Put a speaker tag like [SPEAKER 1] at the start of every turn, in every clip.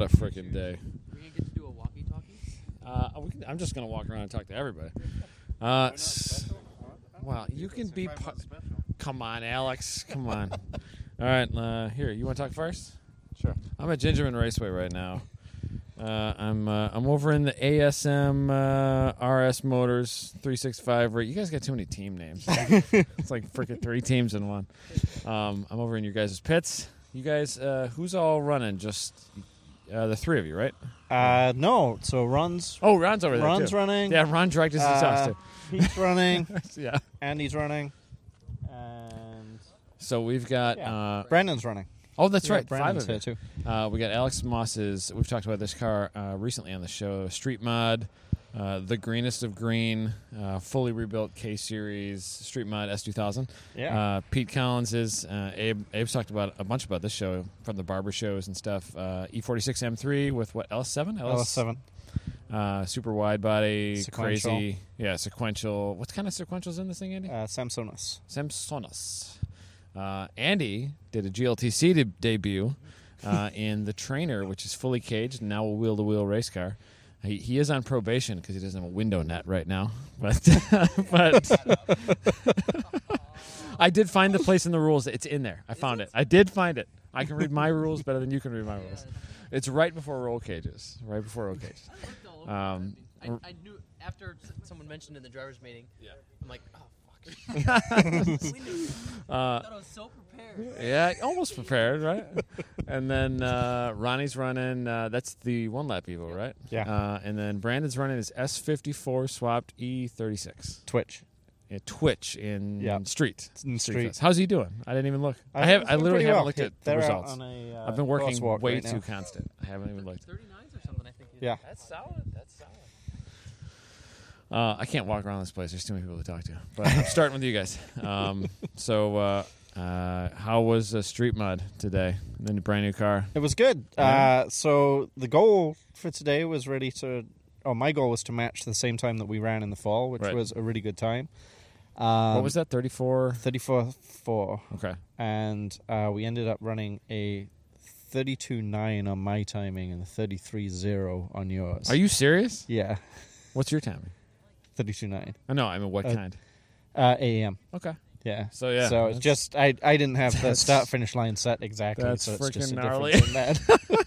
[SPEAKER 1] day.
[SPEAKER 2] We're gonna get to do a walkie-talkie.
[SPEAKER 1] Uh, we can- I'm just gonna walk around and talk to everybody. Uh, s- well, you can be. pa- Come on, Alex. Come on. All right. Uh, here, you want to talk first?
[SPEAKER 3] Sure.
[SPEAKER 1] I'm at Gingerman Raceway right now. Uh, I'm uh, I'm over in the ASM uh, RS Motors 365. Ra- you guys got too many team names. it's like freaking three teams in one. Um, I'm over in your guys' pits. You guys, uh, who's all running? Just uh, the three of you, right?
[SPEAKER 3] Uh, no. So runs.
[SPEAKER 1] Oh, Ron's over there.
[SPEAKER 3] Ron's
[SPEAKER 1] too.
[SPEAKER 3] running.
[SPEAKER 1] Yeah, Ron dragged his
[SPEAKER 3] Uh,
[SPEAKER 1] exhausted.
[SPEAKER 3] Pete's running.
[SPEAKER 1] yeah.
[SPEAKER 3] Andy's running. And
[SPEAKER 1] So we've got.
[SPEAKER 3] Yeah.
[SPEAKER 1] Uh,
[SPEAKER 3] Brandon's running.
[SPEAKER 1] oh, that's
[SPEAKER 3] Yeah,
[SPEAKER 1] right. Five
[SPEAKER 3] Brandon's
[SPEAKER 1] of you.
[SPEAKER 3] here too.
[SPEAKER 1] Uh, we got Alex Moss's. We've talked about this car uh, recently on the show. Street Mod, uh, the greenest of green, uh, fully rebuilt K Series Street Mod S2000.
[SPEAKER 3] Yeah.
[SPEAKER 1] Uh, Pete Collins is. Uh, Abe, Abe's talked about a bunch about this show from the barber shows and stuff. Uh, E46 M3 with what LS7?
[SPEAKER 3] LS7.
[SPEAKER 1] Uh, super wide body,
[SPEAKER 3] Sequential.
[SPEAKER 1] crazy. Yeah, sequential. What kind of sequentials in this thing, Andy?
[SPEAKER 3] Uh, Samsonas.
[SPEAKER 1] Samsonas. Uh, Andy did a GLTC de- debut uh, in the trainer, which is fully caged and now a wheel to wheel race car. He, he is on probation because he doesn't have a window net right now. But but I did find the place in the rules. It's in there. I found it. I did find it. I can read my rules better than you can read my rules. It's right before roll cages. Right before roll cages.
[SPEAKER 2] I looked all over.
[SPEAKER 1] Um,
[SPEAKER 2] I, mean, I, I knew after s- someone mentioned in the drivers' meeting. Yeah. I'm like, oh fuck. we knew. I
[SPEAKER 1] Uh,
[SPEAKER 2] thought I was so prepared.
[SPEAKER 1] Yeah, almost prepared, right? and then uh, Ronnie's running. Uh, that's the one lap Evo, right?
[SPEAKER 3] Yeah.
[SPEAKER 1] Uh, and then Brandon's running his S54 swapped E36.
[SPEAKER 3] Twitch.
[SPEAKER 1] Yeah, Twitch in
[SPEAKER 3] Yeah.
[SPEAKER 1] street.
[SPEAKER 3] It's in street.
[SPEAKER 1] Fest. How's he doing? I didn't even look. I, have.
[SPEAKER 3] think
[SPEAKER 1] I
[SPEAKER 3] it's been pretty
[SPEAKER 1] literally haven't
[SPEAKER 3] well.
[SPEAKER 1] looked
[SPEAKER 3] Hey,
[SPEAKER 1] at the
[SPEAKER 3] they're out
[SPEAKER 1] results.
[SPEAKER 3] on a, uh,
[SPEAKER 1] I've been working
[SPEAKER 3] crosswalk
[SPEAKER 1] way
[SPEAKER 3] right
[SPEAKER 1] too
[SPEAKER 3] now.
[SPEAKER 1] constant. I haven't even looked.
[SPEAKER 2] 39s or something. I think.
[SPEAKER 3] Yeah.
[SPEAKER 2] That's solid. That's solid.
[SPEAKER 1] Uh, I can't walk around this place. There's too many people to talk to. But I'm starting with you guys. Um, so, uh, uh, how was uh, Street Mud today? And then a brand new car.
[SPEAKER 3] It was good.
[SPEAKER 1] Uh-huh.
[SPEAKER 3] Uh, so the goal for today was really to. Oh, my goal was to match the same time that we ran in the fall, which
[SPEAKER 1] Right.
[SPEAKER 3] was a really good time. Um,
[SPEAKER 1] what was that? 34.
[SPEAKER 3] 34 4.
[SPEAKER 1] Okay.
[SPEAKER 3] And uh, we ended up running a 32 9 on my timing and a 33 0 on yours.
[SPEAKER 1] Are you serious?
[SPEAKER 3] Yeah,
[SPEAKER 1] What's your timing?
[SPEAKER 3] 32 9.
[SPEAKER 1] I know. I mean, what
[SPEAKER 3] Uh,
[SPEAKER 1] kind?
[SPEAKER 3] Uh, AM.
[SPEAKER 1] Okay.
[SPEAKER 3] Yeah.
[SPEAKER 1] So, yeah,
[SPEAKER 3] So
[SPEAKER 1] that's-
[SPEAKER 3] it's just I I didn't have the
[SPEAKER 1] that's-
[SPEAKER 3] start finish line set exactly.
[SPEAKER 1] that's
[SPEAKER 3] so it's just
[SPEAKER 1] freaking
[SPEAKER 3] a
[SPEAKER 1] gnarly.
[SPEAKER 3] difference in that.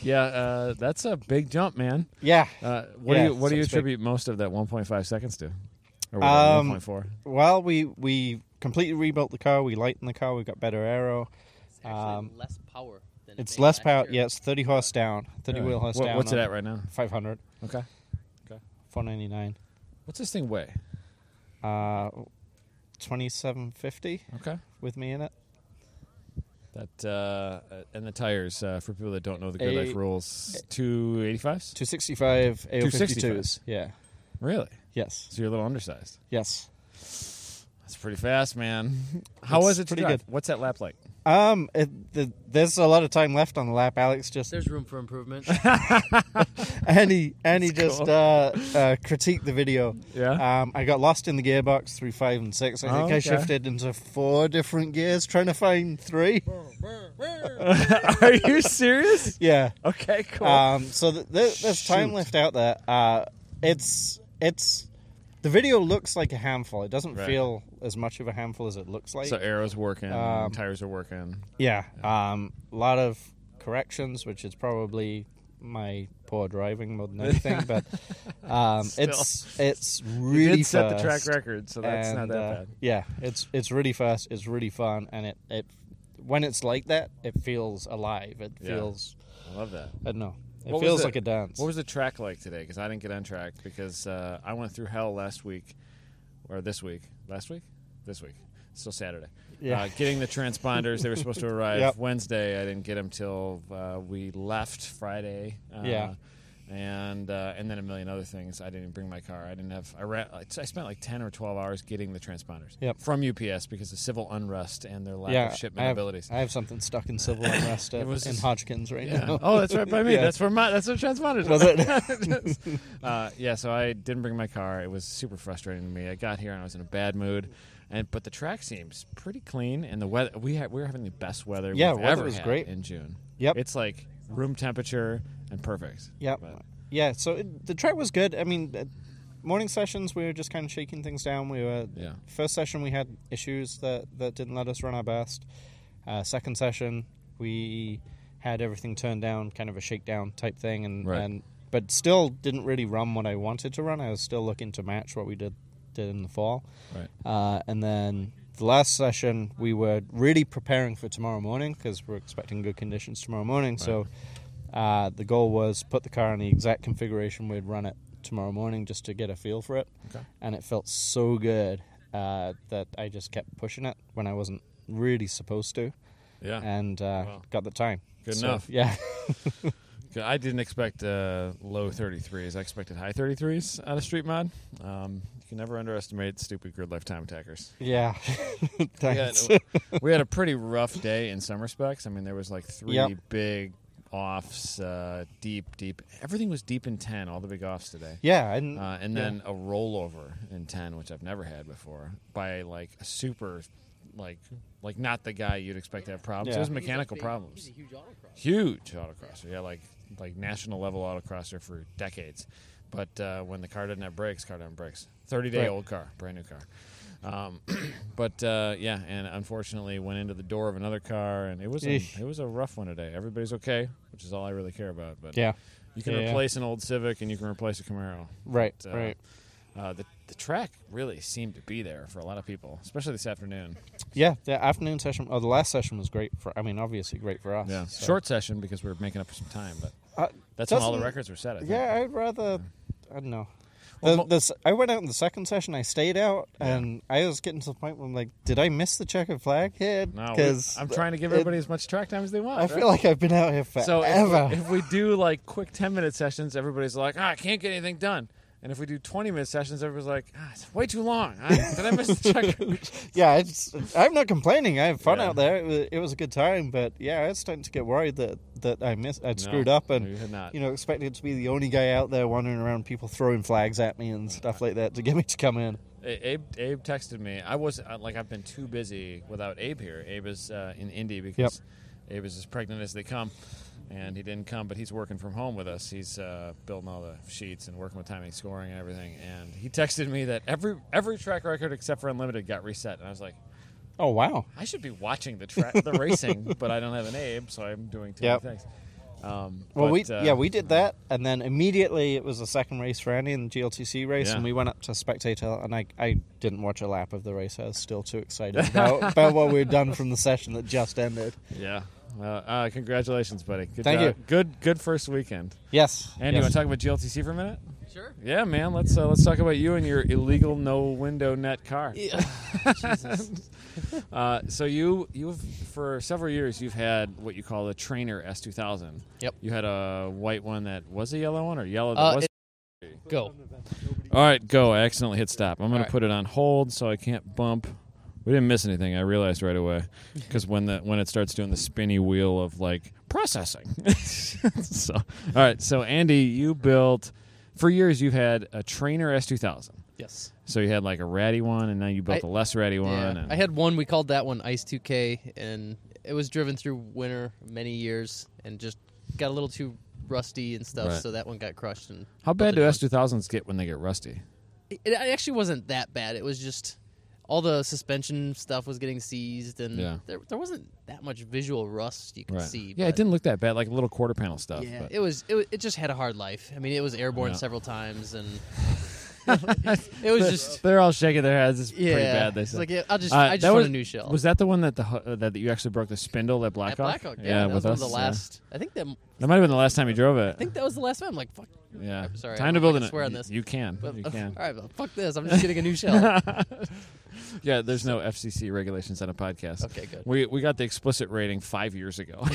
[SPEAKER 1] Yeah, uh, that's a big jump, man.
[SPEAKER 3] yeah.
[SPEAKER 1] Uh, what
[SPEAKER 3] Yeah,
[SPEAKER 1] do you What do
[SPEAKER 3] so
[SPEAKER 1] you
[SPEAKER 3] it's big.
[SPEAKER 1] attribute most of that 1.5 seconds to? Or
[SPEAKER 3] Um,
[SPEAKER 1] 1.4.
[SPEAKER 3] Well, we we completely rebuilt the car. We lightened the car. We got better aero.
[SPEAKER 2] It's actually
[SPEAKER 3] Um,
[SPEAKER 2] less power than it
[SPEAKER 3] It's
[SPEAKER 2] made
[SPEAKER 3] less
[SPEAKER 2] last
[SPEAKER 3] power.
[SPEAKER 2] year.
[SPEAKER 3] Yeah, it's 30 horse down. 30
[SPEAKER 1] Yeah.
[SPEAKER 3] wheel horse
[SPEAKER 1] What-
[SPEAKER 3] down.
[SPEAKER 1] What's it at right now?
[SPEAKER 3] 500.
[SPEAKER 1] Okay.
[SPEAKER 3] 499.
[SPEAKER 1] What's this thing weigh?
[SPEAKER 3] Uh, 2750
[SPEAKER 1] Okay.
[SPEAKER 3] with me in it.
[SPEAKER 1] That uh, and the tires uh, for people that don't know the good life
[SPEAKER 3] Eight-
[SPEAKER 1] rules. Two eighty fives.
[SPEAKER 3] 265
[SPEAKER 1] 265.
[SPEAKER 3] AO52s. Yeah.
[SPEAKER 1] Really?
[SPEAKER 3] Yes.
[SPEAKER 1] So you're a little undersized.
[SPEAKER 3] Yes.
[SPEAKER 1] That's pretty fast, man. How
[SPEAKER 3] It's
[SPEAKER 1] was it to
[SPEAKER 3] pretty
[SPEAKER 1] drive?
[SPEAKER 3] good.
[SPEAKER 1] What's that lap like?
[SPEAKER 3] Um, it, the, there's a lot of time left on the lap. Alex just
[SPEAKER 2] There's room for improvement.
[SPEAKER 3] and he and he
[SPEAKER 1] That's
[SPEAKER 3] just
[SPEAKER 1] cool.
[SPEAKER 3] uh, uh, critiqued the video.
[SPEAKER 1] Yeah?
[SPEAKER 3] Um, I got lost in the gearbox through five and six. I
[SPEAKER 1] Oh,
[SPEAKER 3] think
[SPEAKER 1] okay.
[SPEAKER 3] I shifted into four different gears trying to find three.
[SPEAKER 1] Are you serious?
[SPEAKER 3] Yeah.
[SPEAKER 1] Okay, cool.
[SPEAKER 3] Um, so th- th- there's time
[SPEAKER 1] Shoot.
[SPEAKER 3] left out there. Uh, it's it's the video looks like a handful. It doesn't
[SPEAKER 1] Right.
[SPEAKER 3] feel as much of a handful as it looks like.
[SPEAKER 1] so arrows working,
[SPEAKER 3] Um,
[SPEAKER 1] tires are working.
[SPEAKER 3] yeah. Um, a lot of corrections, which is probably my poor driving more than anything. but um,
[SPEAKER 1] Still.
[SPEAKER 3] it's it's really
[SPEAKER 1] did set the track
[SPEAKER 3] fast.
[SPEAKER 1] record, so that's not
[SPEAKER 3] And,
[SPEAKER 1] that
[SPEAKER 3] uh,
[SPEAKER 1] bad.
[SPEAKER 3] Yeah, it's it's really fast. It's really fun, and it it when it's like that, it feels alive. It
[SPEAKER 1] Yeah.
[SPEAKER 3] feels
[SPEAKER 1] I love that.
[SPEAKER 3] I don't know. It
[SPEAKER 1] What was
[SPEAKER 3] feels
[SPEAKER 1] the-
[SPEAKER 3] like a dance.
[SPEAKER 1] What was the track like today? Because I didn't get on track because uh, I went through hell last week, or this week, last week, this week, still Saturday.
[SPEAKER 3] Yeah.
[SPEAKER 1] Uh, getting the transponders, they were supposed to arrive
[SPEAKER 3] Yep.
[SPEAKER 1] Wednesday. I didn't get them till uh, we left Friday. Uh,
[SPEAKER 3] Yeah.
[SPEAKER 1] And uh, and then a million other things. I didn't even bring my car. I didn't have. I ran, I spent like ten or twelve hours getting the transponders
[SPEAKER 3] Yep.
[SPEAKER 1] from UPS because of civil unrest and their lack of shipment
[SPEAKER 3] I have,
[SPEAKER 1] abilities.
[SPEAKER 3] I have something stuck in civil unrest
[SPEAKER 1] It
[SPEAKER 3] at,
[SPEAKER 1] was-
[SPEAKER 3] in Hodgkins right
[SPEAKER 1] Yeah.
[SPEAKER 3] now.
[SPEAKER 1] Oh, that's right by me.
[SPEAKER 3] Yeah.
[SPEAKER 1] That's where my that's where transponders
[SPEAKER 3] Was
[SPEAKER 1] it? uh, yeah. So I didn't bring my car. It was super frustrating to me. I got here and I was in a bad mood. And but the track seems pretty clean, and the weather we had we were having the best weather
[SPEAKER 3] Yeah,
[SPEAKER 1] we've
[SPEAKER 3] weather
[SPEAKER 1] ever
[SPEAKER 3] was
[SPEAKER 1] had
[SPEAKER 3] great.
[SPEAKER 1] in June.
[SPEAKER 3] Yep.
[SPEAKER 1] It's like room temperature and perfect.
[SPEAKER 3] Yep.
[SPEAKER 1] But-
[SPEAKER 3] Yeah, so it, the track was good. I mean, uh, morning sessions we were just kind of shaking things down. We were
[SPEAKER 1] Yeah.
[SPEAKER 3] first session we had issues that that didn't let us run our best. Uh, second session we had everything turned down, kind of a shakedown type thing, and
[SPEAKER 1] Right.
[SPEAKER 3] and but still didn't really run what I wanted to run. I was still looking to match what we did did in the fall.
[SPEAKER 1] Right.
[SPEAKER 3] Uh, and then the last session, we were really preparing for tomorrow morning because we're expecting good conditions tomorrow morning. So uh, the goal was put the car in the exact configuration we'd run it tomorrow morning just to get a feel for it.
[SPEAKER 1] Okay.
[SPEAKER 3] And it felt so good uh, that I just kept pushing it when I wasn't really supposed to
[SPEAKER 1] Yeah.
[SPEAKER 3] and uh,
[SPEAKER 1] Wow.
[SPEAKER 3] got the time.
[SPEAKER 1] Good
[SPEAKER 3] So,
[SPEAKER 1] enough.
[SPEAKER 3] Yeah.
[SPEAKER 1] 'Cause I didn't expect uh, low 33s. I expected high 33s out of Street Mod. Um, you can never underestimate stupid grid lifetime attackers.
[SPEAKER 3] yeah.
[SPEAKER 1] We had,
[SPEAKER 3] Thanks.
[SPEAKER 1] we had a pretty rough day in some respects. I mean, there was like three
[SPEAKER 3] Yep.
[SPEAKER 1] big offs, uh, deep, deep. Everything was deep in 10, all the big offs today.
[SPEAKER 3] Yeah. And,
[SPEAKER 1] Uh, and
[SPEAKER 3] yeah.
[SPEAKER 1] then a rollover in 10, which I've never had before, by like a super, like, like not the guy you'd expect to have problems.
[SPEAKER 3] Yeah.
[SPEAKER 1] It was
[SPEAKER 3] He's
[SPEAKER 2] He's a
[SPEAKER 1] mechanical
[SPEAKER 2] big-
[SPEAKER 1] problems.
[SPEAKER 2] He's a huge autocross.
[SPEAKER 1] huge autocrosser. Yeah, like like national level autocrosser for decades. But uh, when the car didn't have brakes, car didn't have brakes. Thirty day
[SPEAKER 3] Right.
[SPEAKER 1] old car, brand new car. Um, but uh, yeah, and unfortunately went into the door of another car, and it was a,
[SPEAKER 3] Eesh.
[SPEAKER 1] it was a rough one today. Everybody's okay, which is all I really care about. But
[SPEAKER 3] Yeah.
[SPEAKER 1] you can
[SPEAKER 3] Yeah, yeah.
[SPEAKER 1] replace an old Civic and you can replace a Camaro.
[SPEAKER 3] Right.
[SPEAKER 1] But, uh,
[SPEAKER 3] right.
[SPEAKER 1] Uh, the the track really seemed to be there for a lot of people, especially this afternoon.
[SPEAKER 3] Yeah, the afternoon session or the last session was great for. I mean, obviously great for us.
[SPEAKER 1] Yeah,
[SPEAKER 3] so-
[SPEAKER 1] short session because we were making up for some time, but
[SPEAKER 3] Uh,
[SPEAKER 1] that's when all the
[SPEAKER 3] doesn't-
[SPEAKER 1] records were set. I think.
[SPEAKER 3] Yeah, I'd rather. I don't know.
[SPEAKER 1] Well,
[SPEAKER 3] The,
[SPEAKER 1] mo-
[SPEAKER 3] the, s- I went out in the second session. I stayed out, and I was getting to the point where I'm like, "Did I miss the checkered flag here?"
[SPEAKER 1] No, we-
[SPEAKER 3] because
[SPEAKER 1] I'm trying to give
[SPEAKER 3] it-
[SPEAKER 1] everybody as much track time as they want.
[SPEAKER 3] I feel like I've been out here forever.
[SPEAKER 1] so if we, if we do like quick 10 minute sessions, everybody's like, ah, I can't get anything done. And if we do 20 minute sessions, everybody's like, ah, it's way too long. I, did I miss the check?
[SPEAKER 3] yeah, it's, I'm not complaining. I had fun
[SPEAKER 1] Yeah.
[SPEAKER 3] out there. It was, it was a good time, but yeah, I was starting to get worried that that I missed. I'd screwed up, and
[SPEAKER 1] you had not.
[SPEAKER 3] you know, expected to be the only guy out there wandering around, people throwing flags at me and stuff like that to get me to come in.
[SPEAKER 1] A- Abe, Abe texted me. I was uh, like, I've been too busy without Abe here. Abe is uh, in Indy because Abe is as pregnant as they come, and he didn't come. But he's working from home with us. He's uh, building all the sheets and working with timing, scoring, and everything. And he texted me that every every track record except for Unlimited got reset. And I was like,
[SPEAKER 3] Oh wow!
[SPEAKER 1] I should be watching the tra- the racing, but I don't have an Abe, so I'm doing too
[SPEAKER 3] Yep.
[SPEAKER 1] many things. Um,
[SPEAKER 3] Well,
[SPEAKER 1] but,
[SPEAKER 3] we
[SPEAKER 1] uh,
[SPEAKER 3] yeah we did that, and then immediately it was the second race for Andy in the GLTC race,
[SPEAKER 1] Yeah.
[SPEAKER 3] and we went up to spectator, and I, I didn't watch a lap of the race. I was still too excited about, about what we'd done from the session that just ended.
[SPEAKER 1] yeah. Uh, uh, congratulations, buddy. Good
[SPEAKER 3] Thank
[SPEAKER 1] job.
[SPEAKER 3] you.
[SPEAKER 1] Good good first weekend.
[SPEAKER 3] Yes,
[SPEAKER 1] And you want to talk about GLTC for a minute?
[SPEAKER 2] Sure.
[SPEAKER 1] Yeah, man. Let's uh, let's talk about you and your illegal no window net car. uh, so you you've for several years you've had what you call a trainer S two thousand.
[SPEAKER 2] Yep.
[SPEAKER 1] You had a white one that was a yellow one or yellow that
[SPEAKER 2] Uh,
[SPEAKER 1] was.
[SPEAKER 2] it- Go.
[SPEAKER 1] All right, go. I accidentally hit stop. I'm gonna
[SPEAKER 2] All right.
[SPEAKER 1] put it on hold so I can't bump. We didn't miss anything. I realized right away because when the when it starts doing the spinny wheel of like processing. so all right, so Andy, you built for years. You've had a trainer S2000.
[SPEAKER 2] Yes.
[SPEAKER 1] So you had like a ratty one, and now you built
[SPEAKER 2] I-
[SPEAKER 1] a less ratty one.
[SPEAKER 2] Yeah.
[SPEAKER 1] and-
[SPEAKER 2] I had one. We called that one Ice 2K, and it was driven through winter many years, and just got a little too rusty and stuff.
[SPEAKER 1] Right.
[SPEAKER 2] So that one got crushed. And
[SPEAKER 1] How bad do
[SPEAKER 2] built a
[SPEAKER 1] S2000s get when they get rusty?
[SPEAKER 2] it, it actually wasn't that bad. It was just all the suspension stuff was getting seized, and
[SPEAKER 1] Yeah.
[SPEAKER 2] there, there wasn't that much visual rust you could see.
[SPEAKER 1] yeah, it
[SPEAKER 2] but-
[SPEAKER 1] didn't look that bad. Like little quarter panel stuff.
[SPEAKER 2] Yeah,
[SPEAKER 1] but-
[SPEAKER 2] it was, it was. It just had a hard life. I mean, it was airborne
[SPEAKER 1] Yeah.
[SPEAKER 2] several times, and it was just
[SPEAKER 1] they're all shaking their heads. It's
[SPEAKER 2] yeah.
[SPEAKER 1] pretty bad. They
[SPEAKER 2] it's
[SPEAKER 1] said.
[SPEAKER 2] like yeah, I just
[SPEAKER 1] Uh,
[SPEAKER 2] I just
[SPEAKER 1] that
[SPEAKER 2] want
[SPEAKER 1] was-
[SPEAKER 2] a new shell.
[SPEAKER 1] Was that the one that the hu- uh, that you actually broke the spindle at
[SPEAKER 2] at
[SPEAKER 1] Blackhawk?
[SPEAKER 2] Blackhawk? Yeah, that was
[SPEAKER 1] with
[SPEAKER 2] one
[SPEAKER 1] us.
[SPEAKER 2] of the
[SPEAKER 1] yeah.
[SPEAKER 2] last. I think that I
[SPEAKER 1] That might have been the last time you drove it.
[SPEAKER 2] think that was the last one. I'm like fuck.
[SPEAKER 1] yeah.
[SPEAKER 2] I'm sorry, I
[SPEAKER 1] Time to
[SPEAKER 2] don't
[SPEAKER 1] build
[SPEAKER 2] like to
[SPEAKER 1] an.
[SPEAKER 2] swear on
[SPEAKER 1] you-
[SPEAKER 2] this.
[SPEAKER 1] You can.
[SPEAKER 2] But,
[SPEAKER 1] you
[SPEAKER 2] uh,
[SPEAKER 1] can.
[SPEAKER 2] all right, well, fuck this. I'm just getting a new shell.
[SPEAKER 1] yeah, there's no FCC regulations on a podcast.
[SPEAKER 2] Okay, good.
[SPEAKER 1] We we got the explicit rating five years ago.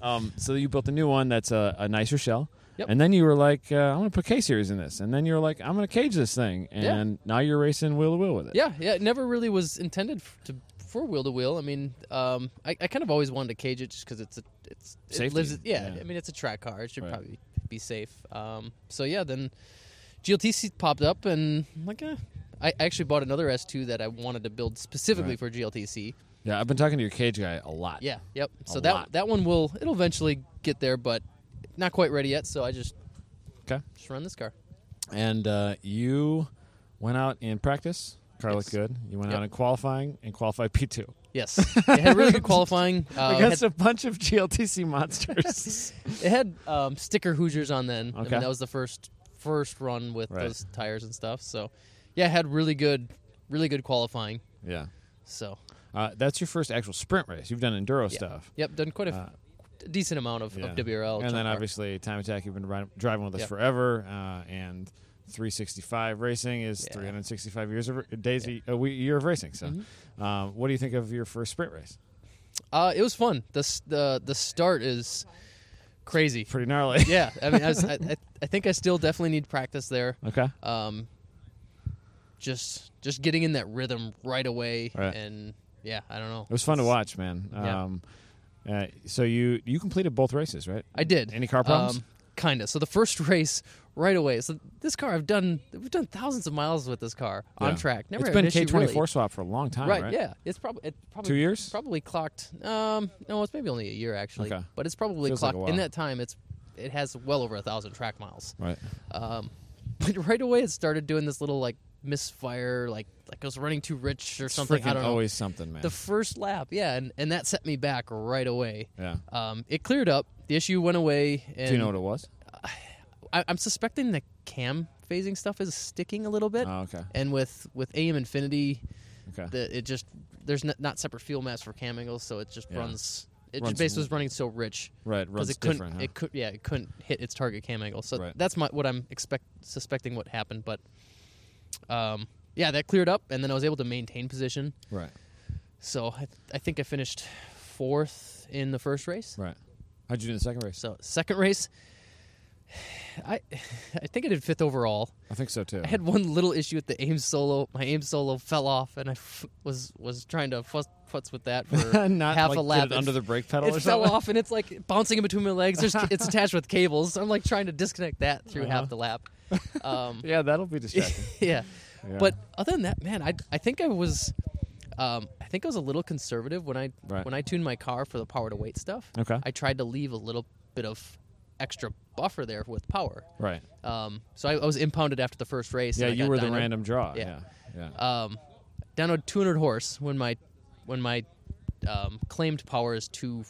[SPEAKER 1] um, so you built a new one that's a, a nicer shell.
[SPEAKER 2] Yep.
[SPEAKER 1] And then you were like, uh, I'm going to put K series in this. And then you were like, I'm going to cage this thing.
[SPEAKER 2] Yeah.
[SPEAKER 1] And now you're racing wheel to wheel with it.
[SPEAKER 2] Yeah, yeah. It never really was intended f- to for wheel to wheel. I mean, um, I, I kind of always wanted to cage it just because it's a it's
[SPEAKER 1] Safety,
[SPEAKER 2] It lives, yeah,
[SPEAKER 1] yeah.
[SPEAKER 2] I mean, it's a track car. It should
[SPEAKER 1] Right.
[SPEAKER 2] probably be safe. Um, so yeah, then GLTC popped up, and I'm like, eh. I actually bought another S2 that I wanted to build specifically
[SPEAKER 1] Right.
[SPEAKER 2] for GLTC.
[SPEAKER 1] Yeah, I've been talking to your cage guy a lot.
[SPEAKER 2] Yeah. Yep. So
[SPEAKER 1] A
[SPEAKER 2] that
[SPEAKER 1] lot.
[SPEAKER 2] that one will it'll eventually get there, but not quite ready yet. So I just
[SPEAKER 1] Okay.
[SPEAKER 2] just run this car.
[SPEAKER 1] And uh, you went out in practice. Car looked
[SPEAKER 2] Yes.
[SPEAKER 1] good. You went out
[SPEAKER 2] Yep.
[SPEAKER 1] in qualifying and qualified P two
[SPEAKER 2] Yes. it had really good qualifying. Uh, it
[SPEAKER 1] against a bunch of GLTC monsters.
[SPEAKER 2] had, it had um, sticker Hoosiers on then. I
[SPEAKER 1] Okay.
[SPEAKER 2] mean, that was the first first run with
[SPEAKER 1] Right.
[SPEAKER 2] those tires and stuff. So yeah, it had really good really good qualifying.
[SPEAKER 1] yeah,
[SPEAKER 2] So
[SPEAKER 1] uh, that's your first actual sprint race. You've done enduro
[SPEAKER 2] yeah.
[SPEAKER 1] stuff.
[SPEAKER 2] Yep. Done quite a f-
[SPEAKER 1] Uh,
[SPEAKER 2] decent amount of,
[SPEAKER 1] Yeah.
[SPEAKER 2] of WRL.
[SPEAKER 1] And
[SPEAKER 2] jump
[SPEAKER 1] then
[SPEAKER 2] car.
[SPEAKER 1] obviously Time Attack, you've been ri- driving with us
[SPEAKER 2] Yep.
[SPEAKER 1] forever, uh, and 365 racing is
[SPEAKER 2] Yeah.
[SPEAKER 1] 365 years of days a, a wee- year of racing. So, um, what do you think of your first sprint race?
[SPEAKER 2] Mm-hmm. Uh, it was fun. The s- the the start is crazy.
[SPEAKER 1] Pretty gnarly.
[SPEAKER 2] Yeah, I mean, I, was, I, I I think I still definitely need practice there.
[SPEAKER 1] okay.
[SPEAKER 2] Um, just just getting in that rhythm right away,
[SPEAKER 1] Right.
[SPEAKER 2] and yeah, I don't know.
[SPEAKER 1] It was fun to watch, man.
[SPEAKER 2] Yeah.
[SPEAKER 1] Um, uh, so you you completed both races, right?
[SPEAKER 2] I did
[SPEAKER 1] Any car problems?
[SPEAKER 2] Um, kinda. So the first race right away. So this car, I've done we've done thousands of miles with this car
[SPEAKER 1] Yeah.
[SPEAKER 2] on track. Never
[SPEAKER 1] it's
[SPEAKER 2] had
[SPEAKER 1] been
[SPEAKER 2] an issue,
[SPEAKER 1] K twenty
[SPEAKER 2] really.
[SPEAKER 1] four swap for a long time, right?
[SPEAKER 2] Right, yeah, it's probably it probably
[SPEAKER 1] Two years?
[SPEAKER 2] Probably clocked. Um, no, it's maybe only a year actually.
[SPEAKER 1] Okay.
[SPEAKER 2] But it's probably
[SPEAKER 1] Feels like a
[SPEAKER 2] clocked in
[SPEAKER 1] while.
[SPEAKER 2] that time. It's it has well over a thousand track miles.
[SPEAKER 1] Right.
[SPEAKER 2] Um, but right away it started doing this little like misfire, like like I was running too rich or
[SPEAKER 1] It's
[SPEAKER 2] something. I
[SPEAKER 1] freaking
[SPEAKER 2] don't know.
[SPEAKER 1] always something, man.
[SPEAKER 2] The first lap, yeah, and, and that set me back right away.
[SPEAKER 1] yeah.
[SPEAKER 2] Um, it cleared up. The issue went away. And
[SPEAKER 1] Do you know what it was?
[SPEAKER 2] I, I'm suspecting the cam phasing stuff is sticking a little bit.
[SPEAKER 1] Oh, okay.
[SPEAKER 2] And with with AM Infinity,
[SPEAKER 1] Okay.
[SPEAKER 2] the, it just there's not, not separate fuel maps for cam angles, so it just
[SPEAKER 1] Yeah.
[SPEAKER 2] runs. It
[SPEAKER 1] Runs
[SPEAKER 2] just basically was running so rich
[SPEAKER 1] right. Runs
[SPEAKER 2] because it couldn't.
[SPEAKER 1] different. huh?
[SPEAKER 2] It could. Yeah, it couldn't hit its target cam angle. So
[SPEAKER 1] Right.
[SPEAKER 2] that's my what I'm expect suspecting what happened. But um, yeah, that cleared up, and then I was able to maintain position.
[SPEAKER 1] right.
[SPEAKER 2] So I, I think I finished fourth in the first race.
[SPEAKER 1] Right. How'd you do in the second race?
[SPEAKER 2] So second race, I I think I did fifth overall.
[SPEAKER 1] I think so too.
[SPEAKER 2] I had one little issue with the aim solo. My aim solo fell off, and I f- was was trying to fuss, futz with that for
[SPEAKER 1] Not
[SPEAKER 2] half
[SPEAKER 1] like,
[SPEAKER 2] a
[SPEAKER 1] did
[SPEAKER 2] lap.
[SPEAKER 1] it under the brake pedal
[SPEAKER 2] it
[SPEAKER 1] or
[SPEAKER 2] fell
[SPEAKER 1] something?
[SPEAKER 2] off, and it's like bouncing in between my legs. There's, it's attached with cables. I'm like trying to disconnect that through half the lap. Um,
[SPEAKER 1] Uh-huh. Yeah, that'll be distracting.
[SPEAKER 2] yeah.
[SPEAKER 1] Yeah.
[SPEAKER 2] But other than that, man, I I think I was, um, I think I was a little conservative when I
[SPEAKER 1] Right.
[SPEAKER 2] when I tuned my car for the power to weight stuff.
[SPEAKER 1] Okay.
[SPEAKER 2] I tried to leave a little bit of extra buffer there with power.
[SPEAKER 1] right.
[SPEAKER 2] Um, so I, I was impounded after the first race.
[SPEAKER 1] Yeah,
[SPEAKER 2] and I
[SPEAKER 1] you
[SPEAKER 2] got
[SPEAKER 1] were the
[SPEAKER 2] dynoed.
[SPEAKER 1] random draw. Yeah.
[SPEAKER 2] Yeah.
[SPEAKER 1] Yeah.
[SPEAKER 2] Um, down to 200 horse when my when my um, claimed power is two.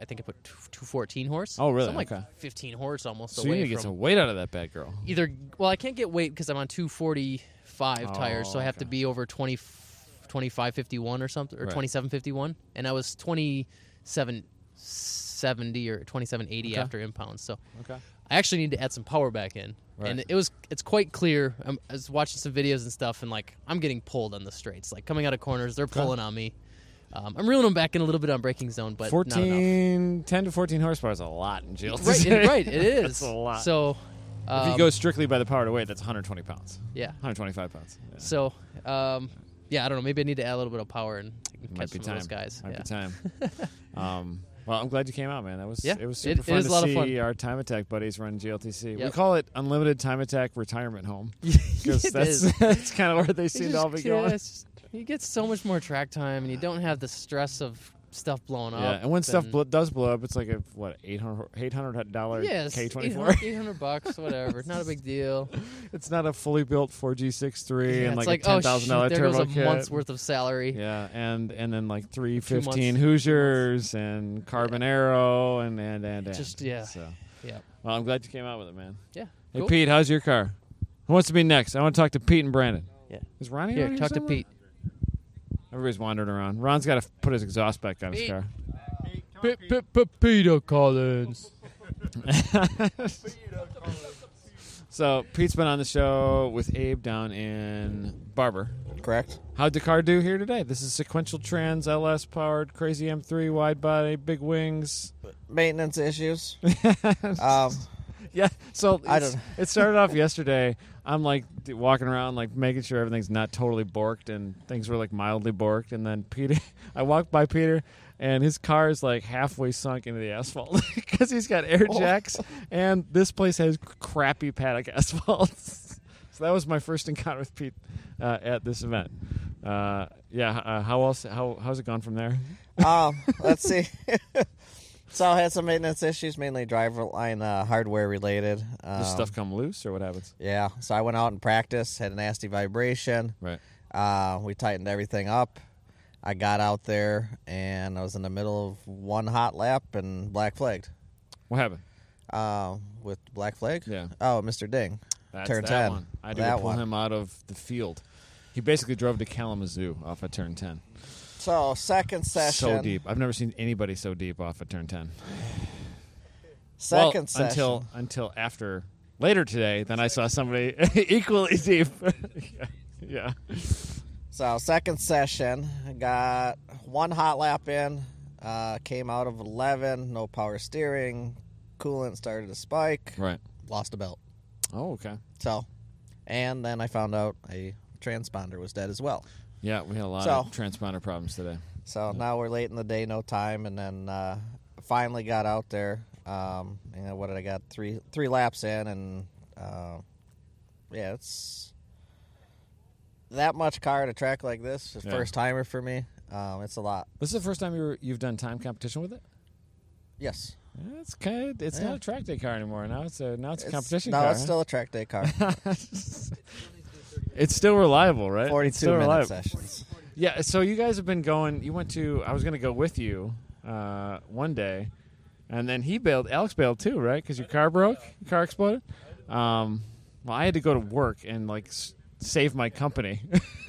[SPEAKER 2] I think I put two, 214 horse.
[SPEAKER 1] Oh, really?
[SPEAKER 2] So I'm like
[SPEAKER 1] Okay.
[SPEAKER 2] 15 horse almost
[SPEAKER 1] so you
[SPEAKER 2] away
[SPEAKER 1] need to get
[SPEAKER 2] from
[SPEAKER 1] some weight out of that bad girl.
[SPEAKER 2] either well i can't get weight because i'm on 245 tires so
[SPEAKER 1] Oh,
[SPEAKER 2] i have to
[SPEAKER 1] okay.
[SPEAKER 2] be over 20 2551 or something or
[SPEAKER 1] Right.
[SPEAKER 2] 2751 and i was 2770 or 2780
[SPEAKER 1] Okay.
[SPEAKER 2] after impound so
[SPEAKER 1] Okay.
[SPEAKER 2] i actually need to add some power back in and
[SPEAKER 1] Right.
[SPEAKER 2] it was it's quite clear i i was watching some videos and stuff and like i'm getting pulled on the straights like coming out of corners they're pulling on me um, i'm reeling them back in a little bit on braking zone but not enough
[SPEAKER 1] 14, 10 to 14 horsepower is a lot in GLTC.
[SPEAKER 2] right it, right it is
[SPEAKER 1] That's a lot.
[SPEAKER 2] so um,
[SPEAKER 1] if you go strictly by the power to weight, that's 120 pounds,
[SPEAKER 2] yeah
[SPEAKER 1] 125 pounds. Yeah.
[SPEAKER 2] So, um, yeah, I don't know. Maybe I need to add a little bit of power and I can
[SPEAKER 1] Might
[SPEAKER 2] catch
[SPEAKER 1] be
[SPEAKER 2] some
[SPEAKER 1] time.
[SPEAKER 2] of those guys.
[SPEAKER 1] Might
[SPEAKER 2] yeah.
[SPEAKER 1] be time. um, well, I'm glad you came out, man. That was
[SPEAKER 2] Yeah,
[SPEAKER 1] it was
[SPEAKER 2] it-
[SPEAKER 1] super
[SPEAKER 2] it
[SPEAKER 1] fun
[SPEAKER 2] is
[SPEAKER 1] to
[SPEAKER 2] a lot of
[SPEAKER 1] see
[SPEAKER 2] fun.
[SPEAKER 1] our Time Attack buddies run GLTC. We
[SPEAKER 2] Yep.
[SPEAKER 1] call it Unlimited Time Attack Retirement Home because
[SPEAKER 2] It
[SPEAKER 1] that's
[SPEAKER 2] is.
[SPEAKER 1] that's kind of where they
[SPEAKER 2] You
[SPEAKER 1] seem to
[SPEAKER 2] just-
[SPEAKER 1] all be going.
[SPEAKER 2] yeah, it's just- you get so much more track time, and you don't have the stress of stuff blowing up.
[SPEAKER 1] Yeah, and when stuff
[SPEAKER 2] and-
[SPEAKER 1] blo- does blow up, it's like a what 800 800 dollar
[SPEAKER 2] yeah, it's
[SPEAKER 1] K twenty four.
[SPEAKER 2] 800 800 bucks, whatever. Not a big deal.
[SPEAKER 1] It's not a fully built four G six three
[SPEAKER 2] Yeah,
[SPEAKER 1] and
[SPEAKER 2] it's
[SPEAKER 1] like,
[SPEAKER 2] like,
[SPEAKER 1] a ten
[SPEAKER 2] oh,
[SPEAKER 1] thousand dollar
[SPEAKER 2] shoot, there
[SPEAKER 1] turbo
[SPEAKER 2] goes a
[SPEAKER 1] kit.
[SPEAKER 2] month's worth of salary.
[SPEAKER 1] Yeah, and and then like three
[SPEAKER 2] Two months.
[SPEAKER 1] fifteen Hoosiers and Carbon Arrow and and and, and.
[SPEAKER 2] Just- yeah.
[SPEAKER 1] So
[SPEAKER 2] Yeah.
[SPEAKER 1] well, I'm glad you came out with it, man.
[SPEAKER 2] Yeah.
[SPEAKER 1] Hey
[SPEAKER 2] cool.
[SPEAKER 1] Pete, how's your car? Who wants to be next? I want to talk to Pete and Brandon.
[SPEAKER 2] Yeah.
[SPEAKER 1] Is Ronnie on
[SPEAKER 2] Here,
[SPEAKER 1] here
[SPEAKER 2] talk to
[SPEAKER 1] somewhere?
[SPEAKER 2] Pete.
[SPEAKER 1] Everybody's wandering around. Ron's got to f- put his exhaust back on his
[SPEAKER 2] Pete.
[SPEAKER 1] car.
[SPEAKER 2] Peter Collins.
[SPEAKER 1] So Pete's been on the show with Abe down in Barber.
[SPEAKER 3] Correct.
[SPEAKER 1] How'd the car do here today? This is sequential trans LS powered crazy M3 wide body big wings.
[SPEAKER 3] Maintenance issues. um,
[SPEAKER 1] Yeah, so
[SPEAKER 3] I
[SPEAKER 1] it's-
[SPEAKER 3] don't-
[SPEAKER 1] it started off yesterday. I'm like d- walking around, like making sure everything's not totally borked and things were like mildly borked. And then Peter, I walked by Peter, and his car is like halfway sunk into the asphalt because he's got air
[SPEAKER 3] Oh.
[SPEAKER 1] jacks, and this place has crappy paddock asphalt. so that was my first encounter with Pete uh, at this event. Uh, yeah. Uh, how else? How how's it gone from there?
[SPEAKER 4] Um, let's see. so I had some maintenance issues, mainly driver line uh, hardware related. Um,
[SPEAKER 1] Does stuff come loose or what happens?
[SPEAKER 4] Yeah. So I went out and practiced. Had a nasty vibration.
[SPEAKER 1] Right.
[SPEAKER 4] Uh, we tightened everything up. I got out there and I was in the middle of one hot lap and black flagged.
[SPEAKER 1] What happened?
[SPEAKER 4] Uh, with black flag.
[SPEAKER 1] Yeah.
[SPEAKER 4] Oh, Mr. Ding.
[SPEAKER 1] That's
[SPEAKER 4] turn
[SPEAKER 1] that
[SPEAKER 4] ten.
[SPEAKER 1] one. I had to
[SPEAKER 4] that
[SPEAKER 1] pull
[SPEAKER 4] one.
[SPEAKER 1] him out of the field. He basically drove to Kalamazoo off of turn ten.
[SPEAKER 4] So second session.
[SPEAKER 1] So deep. I've never seen anybody so deep off of turn ten.
[SPEAKER 4] Second
[SPEAKER 1] well,
[SPEAKER 4] session.
[SPEAKER 1] until until after later today. Then I saw somebody equally deep. yeah. yeah.
[SPEAKER 4] So second session, got one hot lap in, uh, came out of eleven, no power steering, coolant started to spike,
[SPEAKER 1] Right.
[SPEAKER 4] lost a belt.
[SPEAKER 1] Oh, okay.
[SPEAKER 4] So, and then I found out a transponder was dead as well.
[SPEAKER 1] Yeah, we had a lot
[SPEAKER 4] So-
[SPEAKER 1] of transponder problems today.
[SPEAKER 4] So now we're late in the day, no time, and then uh, finally got out there. Um, and then what did I got? Three three laps in, and uh, yeah, it's that much car at a track like this.
[SPEAKER 1] Yeah.
[SPEAKER 4] First timer for me. Um, it's a lot.
[SPEAKER 1] This is the first time you were, you've done time competition with it.
[SPEAKER 4] Yes.
[SPEAKER 1] Yeah, It's kind of, it's
[SPEAKER 4] Yeah.
[SPEAKER 1] not a track day car anymore. Now it's a now it's, a
[SPEAKER 4] It's-
[SPEAKER 1] competition
[SPEAKER 4] No,
[SPEAKER 1] car.
[SPEAKER 4] it's still a track day car.
[SPEAKER 1] huh? it's still reliable, right? It's
[SPEAKER 4] 42
[SPEAKER 1] still
[SPEAKER 4] minute
[SPEAKER 1] reliable.
[SPEAKER 4] sessions.
[SPEAKER 1] Yeah, so you guys have been going. You went to. I was going to go with you uh, one day, and then he bailed. Alex bailed too, right? Because your car broke, your car exploded. Um, well, I had to go to work and like s- save my company,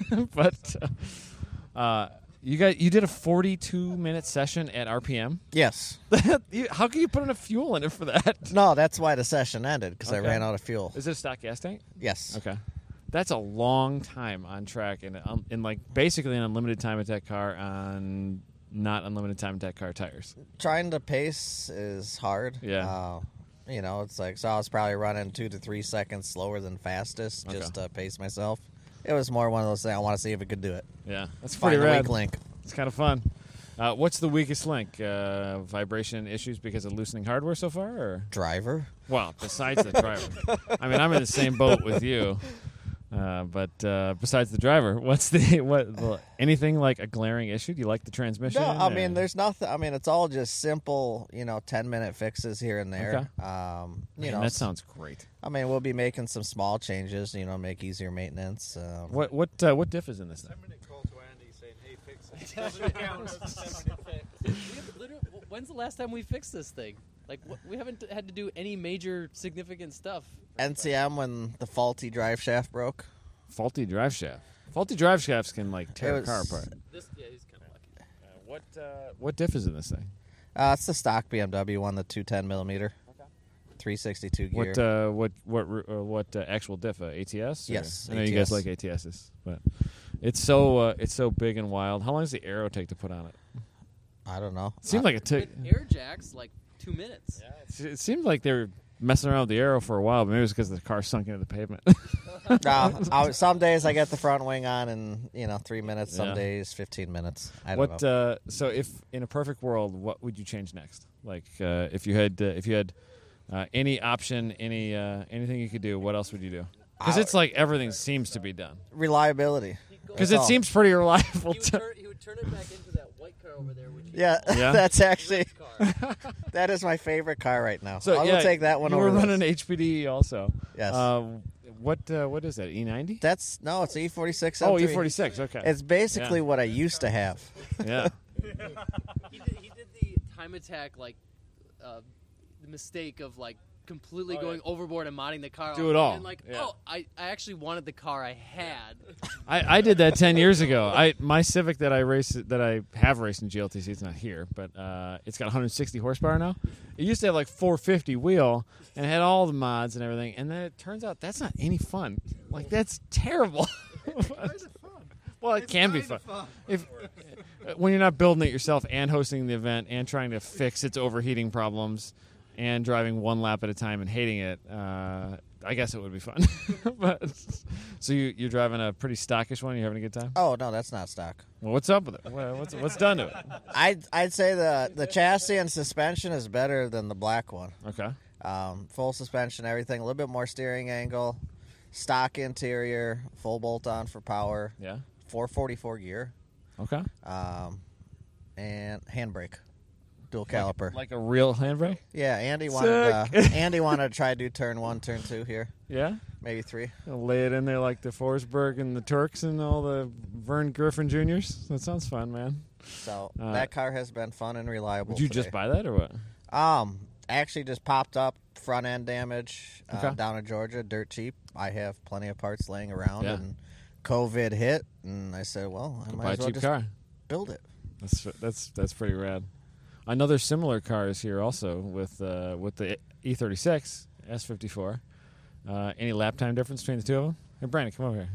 [SPEAKER 1] but uh, uh, you guys, you did a forty-two minute session at RPM.
[SPEAKER 4] Yes.
[SPEAKER 1] You- How can you put enough fuel in it for that?
[SPEAKER 4] No, that's why the session ended because I
[SPEAKER 1] Okay.
[SPEAKER 4] ran out of fuel.
[SPEAKER 1] Is it a stock gas tank?
[SPEAKER 4] Yes.
[SPEAKER 1] Okay. That's a long time on track and um, and like basically an unlimited time attack car on not unlimited time attack car tires.
[SPEAKER 4] Trying to pace is hard.
[SPEAKER 1] Yeah.
[SPEAKER 4] Uh, you know, it's like, so I was probably running two to three seconds slower than fastest just
[SPEAKER 1] Okay.
[SPEAKER 4] to pace myself. It was more one of those things I want to see if it could do it.
[SPEAKER 1] Yeah, that's pretty
[SPEAKER 4] Find the
[SPEAKER 1] rad.
[SPEAKER 4] weak link.
[SPEAKER 1] It's kind of fun. Uh, what's the weakest link? Uh, vibration issues because of loosening hardware so far, or
[SPEAKER 4] Driver.
[SPEAKER 1] well, besides the driver. I mean, I'm in the same boat with you. Uh, but uh, besides the driver, what's the what the, anything like a glaring issue? Do you like the transmission?
[SPEAKER 4] No, I
[SPEAKER 1] or-
[SPEAKER 4] mean, there's nothing. I mean, it's all just simple, you know, 10 minute fixes here and there.
[SPEAKER 1] Okay.
[SPEAKER 4] Um, you
[SPEAKER 1] Man,
[SPEAKER 4] know,
[SPEAKER 1] that sounds great.
[SPEAKER 4] I mean, we'll be making some small changes, you know, make easier maintenance. Um,
[SPEAKER 1] What what uh, what diff is in this? Thing?
[SPEAKER 2] Literally, wh- when's the last time we fixed this thing? Like wh- we haven't had to do any major significant stuff.
[SPEAKER 4] NCM when the faulty drive shaft broke.
[SPEAKER 1] faulty drive shaft. Faulty drive shafts can like tear
[SPEAKER 4] It
[SPEAKER 1] a car
[SPEAKER 4] was-
[SPEAKER 1] apart.
[SPEAKER 2] This yeah, he's kind of lucky.
[SPEAKER 1] what uh, what diff is in this thing?
[SPEAKER 4] Uh, it's the stock BMW one, the 210 millimeter, 362 gear.
[SPEAKER 1] What uh, what what ru- uh, what uh, actual diff? Uh, ATS? or-
[SPEAKER 4] Yes,
[SPEAKER 1] I know you
[SPEAKER 4] ATS.
[SPEAKER 1] guys like ATSs, but it's so uh, it's so big and wild. How long does the arrow take to put on it?
[SPEAKER 4] I don't know.
[SPEAKER 1] It seemed like it took.
[SPEAKER 2] It air jacks like two minutes.
[SPEAKER 1] It seemed like they were messing around with the arrow for a while, but maybe it's because the car sunk into the pavement.
[SPEAKER 4] Uh, I- some days I get the front wing on in you know three minutes. Some
[SPEAKER 1] Yeah.
[SPEAKER 4] days 15 minutes. I don't
[SPEAKER 1] what
[SPEAKER 4] know.
[SPEAKER 1] uh, so if in a perfect world, what would you change next? Like uh, if you had uh, if you had uh, any option, any uh, anything you could do, what else would you do? Because
[SPEAKER 4] I-
[SPEAKER 1] it's like everything seems to be done.
[SPEAKER 4] Reliability.
[SPEAKER 1] Because it
[SPEAKER 4] That's all.
[SPEAKER 1] seems pretty reliable.
[SPEAKER 2] He would,
[SPEAKER 1] To,
[SPEAKER 2] turn, he would turn it back into that white car over there, which is
[SPEAKER 4] Yeah,
[SPEAKER 1] Yeah.
[SPEAKER 4] that's actually
[SPEAKER 2] his car.
[SPEAKER 4] that is my favorite car right now.
[SPEAKER 1] so
[SPEAKER 4] I will
[SPEAKER 1] yeah,
[SPEAKER 4] take that one
[SPEAKER 1] You
[SPEAKER 4] over.
[SPEAKER 1] were
[SPEAKER 4] this.
[SPEAKER 1] running HPD also.
[SPEAKER 4] Yes.
[SPEAKER 1] Uh, what uh, what is that? E ninety.
[SPEAKER 4] That's no, it's E46.
[SPEAKER 1] Oh, E
[SPEAKER 4] M3.
[SPEAKER 1] forty six. Okay.
[SPEAKER 4] It's basically
[SPEAKER 1] Yeah.
[SPEAKER 4] what I used to have.
[SPEAKER 1] yeah.
[SPEAKER 2] he, did, he did the time attack like uh, the mistake of like completely
[SPEAKER 1] Oh,
[SPEAKER 2] going overboard and modding the car.
[SPEAKER 1] Do
[SPEAKER 2] off,
[SPEAKER 1] it all.
[SPEAKER 2] And like,
[SPEAKER 1] Yeah.
[SPEAKER 2] oh, I, I actually wanted the car I had.
[SPEAKER 1] I, I did that ten years ago. I my Civic that I race that I have raced in GLTC. It's not here, but uh, it's got 160 horsepower now. It used to have like 450 wheel and it had all the mods and everything. And then it turns out that's not any fun. Like that's terrible. Well, it can be fun. If Uh, when you're not building it yourself and hosting the event and trying to fix its overheating problems and driving one lap at a time and hating it, uh, I guess it would be fun. but so you you're driving a pretty stockish one. You're having a good time.
[SPEAKER 4] Oh no, that's not stock.
[SPEAKER 1] Well, what's up with it? What- What's what's done to it?
[SPEAKER 4] I'd I'd say the the chassis and suspension is better than the black one.
[SPEAKER 1] Okay.
[SPEAKER 4] Um, full suspension, everything. A little bit more steering angle, stock interior, full bolt on for power,
[SPEAKER 1] Yeah.
[SPEAKER 4] 444 gear,
[SPEAKER 1] Okay.
[SPEAKER 4] um, and handbrake, dual caliper.
[SPEAKER 1] Like a real handbrake?
[SPEAKER 4] yeah, Andy wanted. Uh, Andy wanted to try to do turn one, turn two here,
[SPEAKER 1] Yeah.
[SPEAKER 4] maybe three.
[SPEAKER 1] I'll lay it in there like the Forsberg and the Turks and all the Vern Griffin Juniors. That sounds fun, man.
[SPEAKER 4] So
[SPEAKER 1] Uh,
[SPEAKER 4] that car has been fun and reliable.
[SPEAKER 1] Would you
[SPEAKER 4] today.
[SPEAKER 1] just buy that or what?
[SPEAKER 4] Um, actually, just popped up front end damage uh,
[SPEAKER 1] Okay.
[SPEAKER 4] down in Georgia, dirt cheap. I have plenty of parts laying around,
[SPEAKER 1] Yeah.
[SPEAKER 4] and COVID hit, and I said, well, I might
[SPEAKER 1] buy a
[SPEAKER 4] as well
[SPEAKER 1] cheap
[SPEAKER 4] just
[SPEAKER 1] car.
[SPEAKER 4] build it.
[SPEAKER 1] That's that's that's pretty rad. Another similar car is here also with uh, with the E36 S54. Uh, any lap time difference between the two of them? Hey, Brandon, come over here.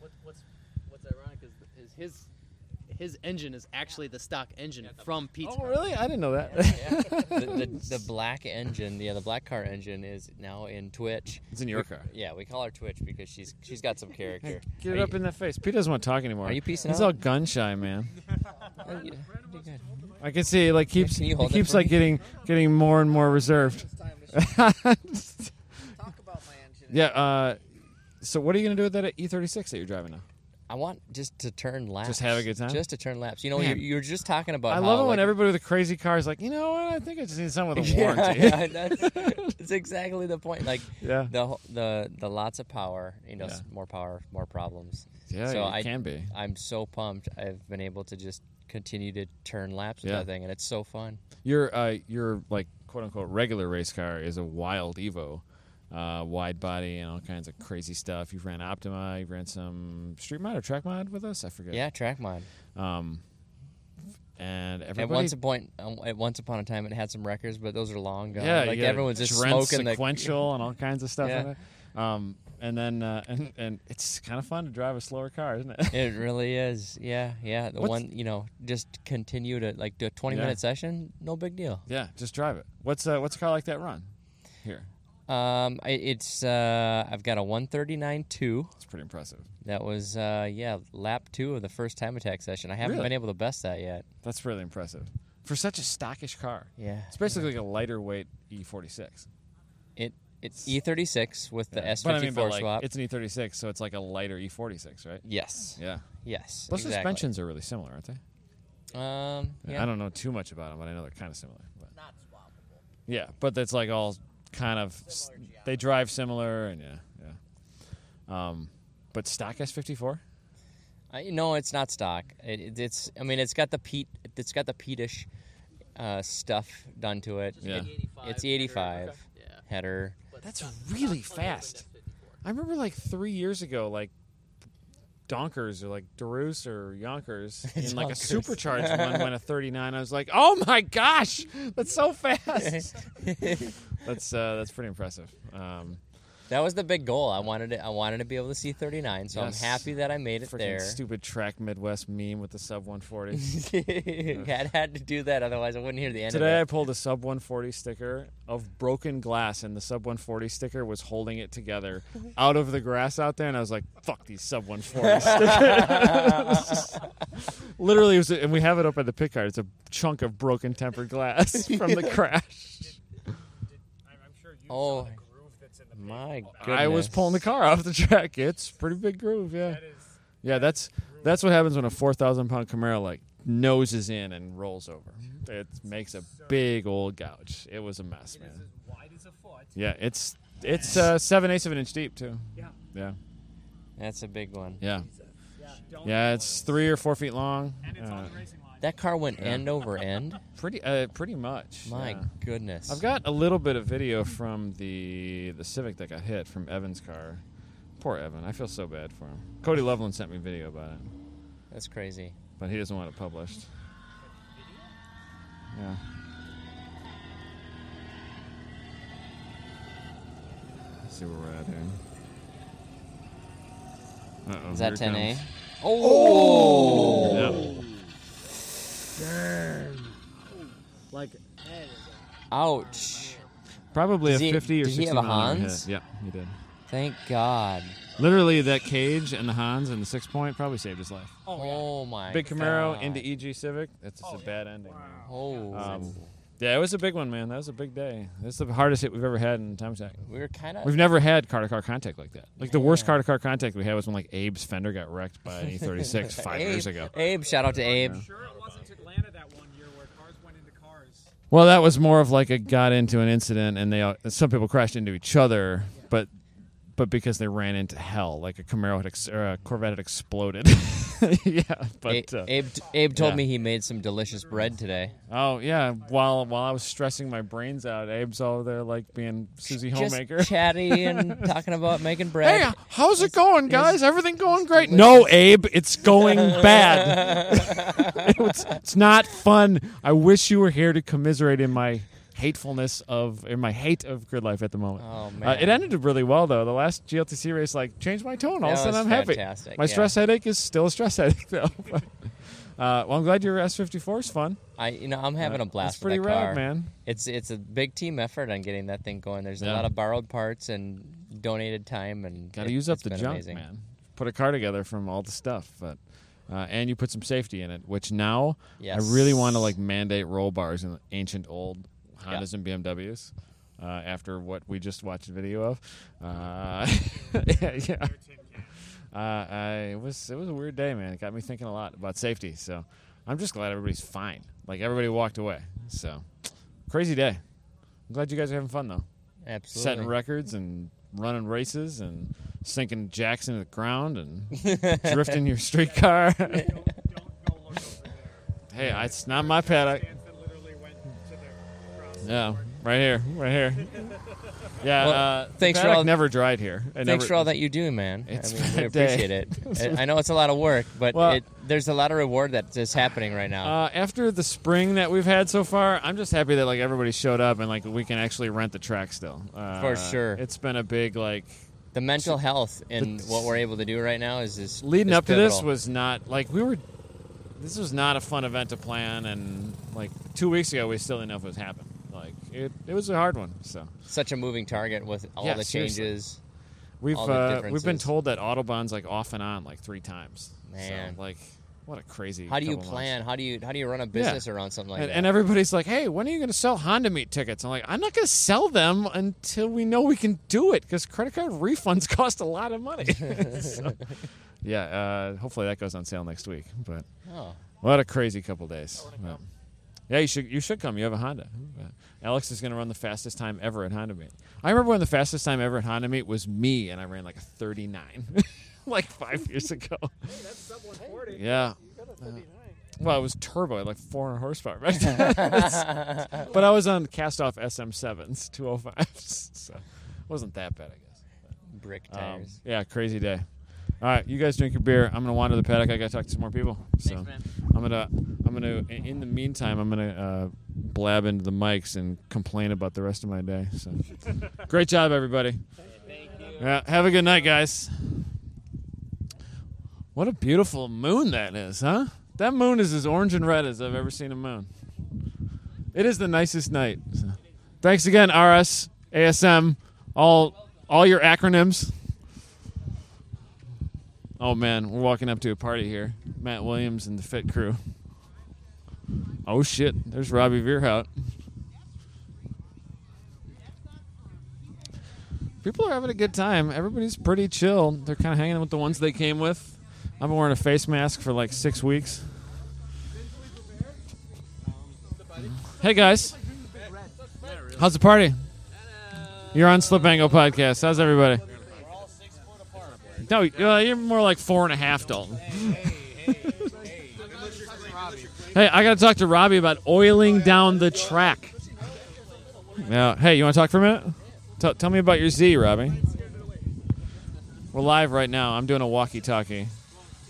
[SPEAKER 2] What, what's What's ironic is, is his his engine is actually the stock engine from Pete's.
[SPEAKER 1] Oh, really? I didn't know that.
[SPEAKER 5] the, the, the black engine, yeah, the black car engine is now in Twitch.
[SPEAKER 1] it's in your car.
[SPEAKER 5] Yeah, we call her Twitch because she's she's got some character.
[SPEAKER 1] Get
[SPEAKER 5] Are
[SPEAKER 1] it
[SPEAKER 5] you-
[SPEAKER 1] up in that face. Pete doesn't want to talk anymore.
[SPEAKER 5] Are you piecing
[SPEAKER 1] He's
[SPEAKER 5] out?
[SPEAKER 1] all gun shy, man.
[SPEAKER 5] oh, yeah, pretty good.
[SPEAKER 1] I can see he, like keeps
[SPEAKER 5] Can you
[SPEAKER 1] he
[SPEAKER 5] hold it
[SPEAKER 1] keeps
[SPEAKER 5] for
[SPEAKER 1] like
[SPEAKER 5] me?
[SPEAKER 1] getting getting more and more reserved.
[SPEAKER 4] Talk about my engine.
[SPEAKER 1] yeah. Uh, so what are you gonna do with that E E36 that you're driving now?
[SPEAKER 5] I want just to turn laps.
[SPEAKER 1] have a good time?
[SPEAKER 5] Just to turn laps. You know,
[SPEAKER 1] Man.
[SPEAKER 5] you're, you're just talking about.
[SPEAKER 1] I
[SPEAKER 5] how,
[SPEAKER 1] love it when
[SPEAKER 5] like-
[SPEAKER 1] everybody with a crazy car is like, you know what? I think I just need someone with a
[SPEAKER 5] Yeah,
[SPEAKER 1] warranty.
[SPEAKER 5] yeah, that's, that's exactly the point. Like
[SPEAKER 1] Yeah.
[SPEAKER 5] the whole- the the lots of power. You know,
[SPEAKER 1] Yeah.
[SPEAKER 5] s- more power, more problems.
[SPEAKER 1] Yeah,
[SPEAKER 5] so
[SPEAKER 1] it
[SPEAKER 5] I
[SPEAKER 1] can be.
[SPEAKER 5] I'm so pumped. I've been able to just continue to turn laps with
[SPEAKER 1] Yeah.
[SPEAKER 5] that thing, and it's so fun.
[SPEAKER 1] Your uh, your like quote unquote regular race car is a wild Evo, uh, wide body and all kinds of crazy stuff. You ran Optima, you ran some street mod or track mod with us. I forget.
[SPEAKER 5] Yeah, track mine.
[SPEAKER 1] Um, and
[SPEAKER 5] At
[SPEAKER 1] everybody.
[SPEAKER 5] once a point, um, at once upon a time, it had some records, but those are long gone.
[SPEAKER 1] yeah,
[SPEAKER 5] like
[SPEAKER 1] you gotta
[SPEAKER 5] everyone's just
[SPEAKER 1] drench
[SPEAKER 5] smoking
[SPEAKER 1] sequential and all kinds of stuff.
[SPEAKER 5] Yeah.
[SPEAKER 1] in it. Um, and then uh, and and it's kind of fun to drive a slower car, isn't it?
[SPEAKER 5] the. It really is. Yeah, yeah. The
[SPEAKER 1] What's-
[SPEAKER 5] one, you know, just continue to like do a 20
[SPEAKER 1] Yeah.
[SPEAKER 5] minute session, no big deal.
[SPEAKER 1] yeah, just drive it. What's uh, what's a car like that run? Here,
[SPEAKER 5] Um, I, it's uh, I've got a 139.2.
[SPEAKER 1] it's pretty impressive.
[SPEAKER 5] That was uh, yeah, lap two of the first time attack session. I haven't
[SPEAKER 1] Really?
[SPEAKER 5] been able to best that yet.
[SPEAKER 1] That's really impressive for such a stockish car.
[SPEAKER 5] Yeah.
[SPEAKER 1] It's basically like a lighter weight E E46.
[SPEAKER 5] It it's E36 with the S54
[SPEAKER 1] But I mean, but like,
[SPEAKER 5] swap.
[SPEAKER 1] it's an E36, so it's like a lighter E46, right?
[SPEAKER 5] yes.
[SPEAKER 1] Yeah.
[SPEAKER 5] Yes.
[SPEAKER 1] Plus,
[SPEAKER 5] exactly.
[SPEAKER 1] suspensions are really similar, aren't they?
[SPEAKER 5] Um, yeah.
[SPEAKER 1] I don't know too much about them, but I know they're kind of similar. But. Not swappable. Yeah, but that's like all kind of s- they drive similar, and yeah, yeah. Um, but stock S54.
[SPEAKER 5] I, no, it's not stock. It, it, it's I mean it's got the peat it's got the peatish uh, stuff done to it.
[SPEAKER 1] Yeah.
[SPEAKER 5] It- it's the 85 header.
[SPEAKER 1] That's really fast. I remember like three years ago, like Donkers or like Darus or Yonkers in like a
[SPEAKER 5] Donkers.
[SPEAKER 1] supercharged one went a 39. I was like, oh my gosh, that's so fast. that's uh, that's pretty impressive. Um,
[SPEAKER 5] That was the big goal. I wanted to, I wanted to be able to see 39, so
[SPEAKER 1] Yes.
[SPEAKER 5] I'm happy that I made it
[SPEAKER 1] freaking
[SPEAKER 5] there.
[SPEAKER 1] stupid track Midwest meme with the sub 140.
[SPEAKER 5] had had to do that otherwise I wouldn't hear the end
[SPEAKER 1] Today I
[SPEAKER 5] of
[SPEAKER 1] pulled a sub 140 sticker of broken glass, and the sub 140 sticker was holding it together out of the grass out there, and I was like, "Fuck these sub 140 stickers!" Literally, it was, and we have it up at the pit card. It's a chunk of broken tempered glass from the crash.
[SPEAKER 6] I'm, I'm sure you
[SPEAKER 5] Oh.
[SPEAKER 6] saw the groove that's in the
[SPEAKER 5] it. My goodness.
[SPEAKER 1] I was pulling the car off the track. It's a pretty big groove, yeah.
[SPEAKER 6] That is
[SPEAKER 1] Yeah, that's that's what happens when a 4,000 pound Camaro like noses in and rolls over. It makes a big old gouge. Oh, It was a mess,
[SPEAKER 6] it is
[SPEAKER 1] man.
[SPEAKER 6] as wide as a foot.
[SPEAKER 1] Yeah, it's it's uh, seven eighths of an inch deep too.
[SPEAKER 6] Yeah.
[SPEAKER 1] Yeah,
[SPEAKER 5] That's a big one.
[SPEAKER 1] yeah,
[SPEAKER 6] Yeah. Don't
[SPEAKER 1] yeah. It's three or four feet long.
[SPEAKER 6] and it's
[SPEAKER 1] Uh,
[SPEAKER 6] on the racing line.
[SPEAKER 5] That car went end over end.
[SPEAKER 1] pretty, uh, pretty much.
[SPEAKER 5] My
[SPEAKER 1] yeah.
[SPEAKER 5] goodness.
[SPEAKER 1] I've got a little bit of video from the the Civic that got hit from Evan's car. Poor Evan. I feel so bad for him. Cody Loveland sent me video about it,
[SPEAKER 5] That's crazy.
[SPEAKER 1] but he doesn't want it published. Yeah. Let's see where we're at here. Uh-oh,
[SPEAKER 5] Is that
[SPEAKER 1] here it
[SPEAKER 5] 10A?
[SPEAKER 1] comes.
[SPEAKER 5] Oh.
[SPEAKER 1] Yep.
[SPEAKER 2] Like
[SPEAKER 5] Ouch.
[SPEAKER 1] Probably
[SPEAKER 5] Does
[SPEAKER 1] a
[SPEAKER 5] he-
[SPEAKER 1] 50 or
[SPEAKER 5] did
[SPEAKER 1] 60
[SPEAKER 5] he have a
[SPEAKER 1] mile an hour
[SPEAKER 5] Hans?
[SPEAKER 1] hit. Yep, he did.
[SPEAKER 5] Thank God.
[SPEAKER 1] Literally, that cage and the Hans and the six point probably saved his life.
[SPEAKER 5] Oh, my.
[SPEAKER 1] Big Camaro E
[SPEAKER 5] God.
[SPEAKER 1] Oh, into EG Civic. That's just a bad ending.
[SPEAKER 5] Oh.
[SPEAKER 1] Um, Yeah, it was a big one, man. That was a big day. That's the hardest hit we've ever had in time stack.
[SPEAKER 5] We were kind of
[SPEAKER 1] We've never had car to car contact like that. Like the worst car to car contact we had was when like Abe's fender got wrecked by an E36 Uh, E five
[SPEAKER 5] Abe,
[SPEAKER 1] years ago.
[SPEAKER 5] Abe, shout out to Abe.
[SPEAKER 6] I'm sure it wasn't Atlanta that one year where cars went into cars.
[SPEAKER 1] Well, that was more of like it got into an incident, and they all, some people crashed into each other, but but because they ran into hell, like a Camaro had ex- or a Corvette had exploded. yeah, but
[SPEAKER 5] A-
[SPEAKER 1] uh,
[SPEAKER 5] Abe, Abe told
[SPEAKER 1] yeah.
[SPEAKER 5] me he made some delicious bread today.
[SPEAKER 1] oh yeah, while while I was stressing my brains out, Abe's over there like being Susie Homemaker.
[SPEAKER 5] Just chatty and talking about making bread.
[SPEAKER 1] Hey, how's it going, guys? Everything going great? No, Abe, it's going bad. it's, it's not fun. I wish you were here to commiserate in my hatefulness of in my hate of grid life at the moment.
[SPEAKER 5] Oh,
[SPEAKER 1] Uh,
[SPEAKER 5] man.
[SPEAKER 1] it ended really well though. The last GLTC race like changed my tone. All of a
[SPEAKER 5] That
[SPEAKER 1] sudden,
[SPEAKER 5] was
[SPEAKER 1] I'm happy.
[SPEAKER 5] fantastic,
[SPEAKER 1] My
[SPEAKER 5] yeah.
[SPEAKER 1] stress headache is still a stress headache though. uh, well, I'm glad your S54 is fun.
[SPEAKER 5] I, you know, I'm having a blast.
[SPEAKER 1] It's Uh, pretty
[SPEAKER 5] with that
[SPEAKER 1] rad,
[SPEAKER 5] car.
[SPEAKER 1] man.
[SPEAKER 5] It's it's a big team effort on getting that thing going. There's
[SPEAKER 1] Yeah.
[SPEAKER 5] a lot of borrowed parts and donated time, and
[SPEAKER 1] Got to
[SPEAKER 5] it-
[SPEAKER 1] use up
[SPEAKER 5] it's
[SPEAKER 1] the
[SPEAKER 5] been
[SPEAKER 1] junk,
[SPEAKER 5] amazing.
[SPEAKER 1] man. Put a car together from all the stuff, but uh, and you put some safety in it, which now
[SPEAKER 5] Yes.
[SPEAKER 1] I really want to like mandate roll bars in ancient old Hondas and BMWs. Uh, after what we just watched a video of, uh, yeah, yeah. Uh, I, it was it was a weird day, man. It got me thinking a lot about safety. So I'm just glad everybody's fine. Like everybody walked away. So crazy day. I'm glad you guys are having fun though
[SPEAKER 5] Absolutely.
[SPEAKER 1] setting records and running races and sinking jacks into the ground and drifting your street car.
[SPEAKER 6] Don't, don't go look over there.
[SPEAKER 1] hey, it's not my paddock.
[SPEAKER 6] Fans that literally went to their cross.
[SPEAKER 1] Yeah, right here, right here. Yeah,
[SPEAKER 5] Well,
[SPEAKER 1] uh,
[SPEAKER 5] thanks
[SPEAKER 1] the
[SPEAKER 5] for
[SPEAKER 1] paddock
[SPEAKER 5] all-
[SPEAKER 1] never dried here. It
[SPEAKER 5] Thanks
[SPEAKER 1] never-
[SPEAKER 5] for all that you do, man.
[SPEAKER 1] It's
[SPEAKER 5] I mean,
[SPEAKER 1] been
[SPEAKER 5] we
[SPEAKER 1] a day. Uh,
[SPEAKER 5] appreciate it. I I know it's a lot of work, but
[SPEAKER 1] Well-
[SPEAKER 5] it, there's a lot of reward that's just happening right now.
[SPEAKER 1] Uh, after the spring that we've had so far, I'm just happy that like everybody showed up and like we can actually rent the track still. Uh,
[SPEAKER 5] For sure.
[SPEAKER 1] it's been a big like
[SPEAKER 5] the mental health and what we're able to do right now is just
[SPEAKER 1] leading
[SPEAKER 5] is
[SPEAKER 1] up to this
[SPEAKER 5] pivotal.
[SPEAKER 1] was not like we were this was not a fun event to plan and like two weeks ago we still didn't know if it was happening like it, it was a hard one so
[SPEAKER 5] such a moving target with all
[SPEAKER 1] Yeah,
[SPEAKER 5] the changes.
[SPEAKER 1] seriously. we've
[SPEAKER 5] All the
[SPEAKER 1] uh, we've been
[SPEAKER 5] differences.
[SPEAKER 1] told that autobahn's like off and on like three times
[SPEAKER 5] Man.
[SPEAKER 1] so like what a crazy
[SPEAKER 5] How do you
[SPEAKER 1] couple months.
[SPEAKER 5] plan? How do you how do you run a business around something like
[SPEAKER 1] and,
[SPEAKER 5] that?
[SPEAKER 1] and everybody's like hey when are you going to sell honda meet tickets i'm like i'm not going to sell them until we know we can do it because credit card refunds cost a lot of money So, yeah uh, hopefully that goes on sale next week but
[SPEAKER 5] oh,
[SPEAKER 1] What a crazy couple days. But- Yeah, you should you should come. You have a Honda. But Alex is going to run the fastest time ever at Honda Meet. I remember when the fastest time ever at Honda Meet was me, and I ran like a 39, like five years ago.
[SPEAKER 6] That's sub 140.
[SPEAKER 1] Yeah. Well, it was turbo, at, like 400 horsepower back then. but I was on cast off SM7s, 205s, so it wasn't that bad, I guess.
[SPEAKER 5] brick
[SPEAKER 1] Um,
[SPEAKER 5] tires.
[SPEAKER 1] yeah, crazy day. All right, you guys drink your beer. I'm gonna wander the paddock. I gotta talk to some more people. So
[SPEAKER 5] man.
[SPEAKER 1] I'm gonna, I'm gonna. in- In the meantime, I'm gonna uh, blab into the mics and complain about the rest of my day. So great job, everybody. Yeah, have a good night, guys. What a beautiful moon that is, huh? That moon is as orange and red as I've ever seen a moon. It is the nicest night. So. Thanks again, RS, ASM, all all your acronyms. Oh man, we're walking up to a party here. Matt Williams and the Fit Crew. Oh shit, there's Robbie Veerhout. People are having a good time. Everybody's pretty chill. They're kind of hanging with the ones they came with. I've been wearing a face mask for like six weeks. Hey guys, how's the party? You're on Slip Angle Podcast. How's everybody? No, uh, you're more like four and a half, Dalton. Hey, I got to talk to Robbie about oiling down the track. Yeah. Hey, you want to talk for a minute? Tell tell me about your Z, Robbie. We're live right now. I'm doing a walkie-talkie,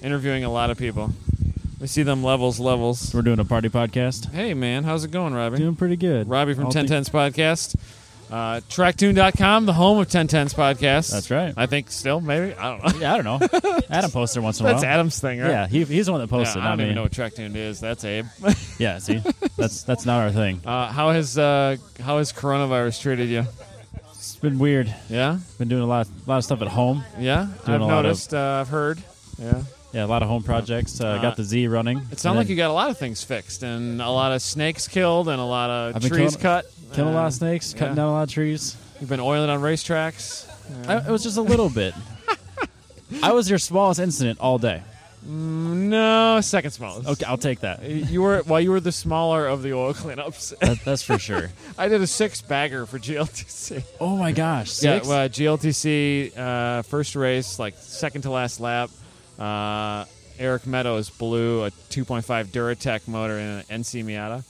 [SPEAKER 1] interviewing a lot of people. We see them levels, levels.
[SPEAKER 7] We're doing a party podcast.
[SPEAKER 1] Hey, man, how's it going, Robbie?
[SPEAKER 7] Doing pretty good.
[SPEAKER 1] Robbie from
[SPEAKER 7] All thi-
[SPEAKER 1] 1010's podcast. Uh, tracktune.com, the home of 1010's podcast.
[SPEAKER 7] That's right.
[SPEAKER 1] I think still, maybe. I don't know.
[SPEAKER 7] Yeah, I don't know. Adam posts there once in a while.
[SPEAKER 1] That's Adam's thing, right?
[SPEAKER 7] Yeah, he, he's the one that
[SPEAKER 1] Yeah,
[SPEAKER 7] posted.
[SPEAKER 1] I
[SPEAKER 7] not
[SPEAKER 1] don't
[SPEAKER 7] me.
[SPEAKER 1] even know what tracktune is. That's Abe.
[SPEAKER 7] Yeah, see, that's that's not our thing.
[SPEAKER 1] Uh, how has uh, how has coronavirus treated you?
[SPEAKER 7] It's been weird.
[SPEAKER 1] Yeah,
[SPEAKER 7] Been doing a lot, lot of stuff at home.
[SPEAKER 1] yeah.
[SPEAKER 7] Doing
[SPEAKER 1] I've
[SPEAKER 7] a lot of-
[SPEAKER 1] noticed. uh, I've heard. Yeah,
[SPEAKER 7] Yeah, a lot of home projects. Uh, got the Z running.
[SPEAKER 1] It sounds like you got a lot of things fixed and a lot of snakes killed and a lot of trees cut.
[SPEAKER 7] Killing a lot of
[SPEAKER 1] and
[SPEAKER 7] snakes, cutting
[SPEAKER 1] yeah.
[SPEAKER 7] down a lot of trees.
[SPEAKER 1] You've been oiling on racetracks.
[SPEAKER 7] I, it was just a little bit. I was your smallest incident all day.
[SPEAKER 1] Mm, No, second smallest.
[SPEAKER 7] Okay, I'll take that.
[SPEAKER 1] You were while you were the smaller of the oil cleanups.
[SPEAKER 7] that that's for sure.
[SPEAKER 1] I did a six bagger for GLTC.
[SPEAKER 7] Oh my gosh, six.
[SPEAKER 1] Yeah, well, GLTC uh, first race, like second to last lap. Uh, Eric Meadows blew a 2.5 Duratec motor in an NC Miata,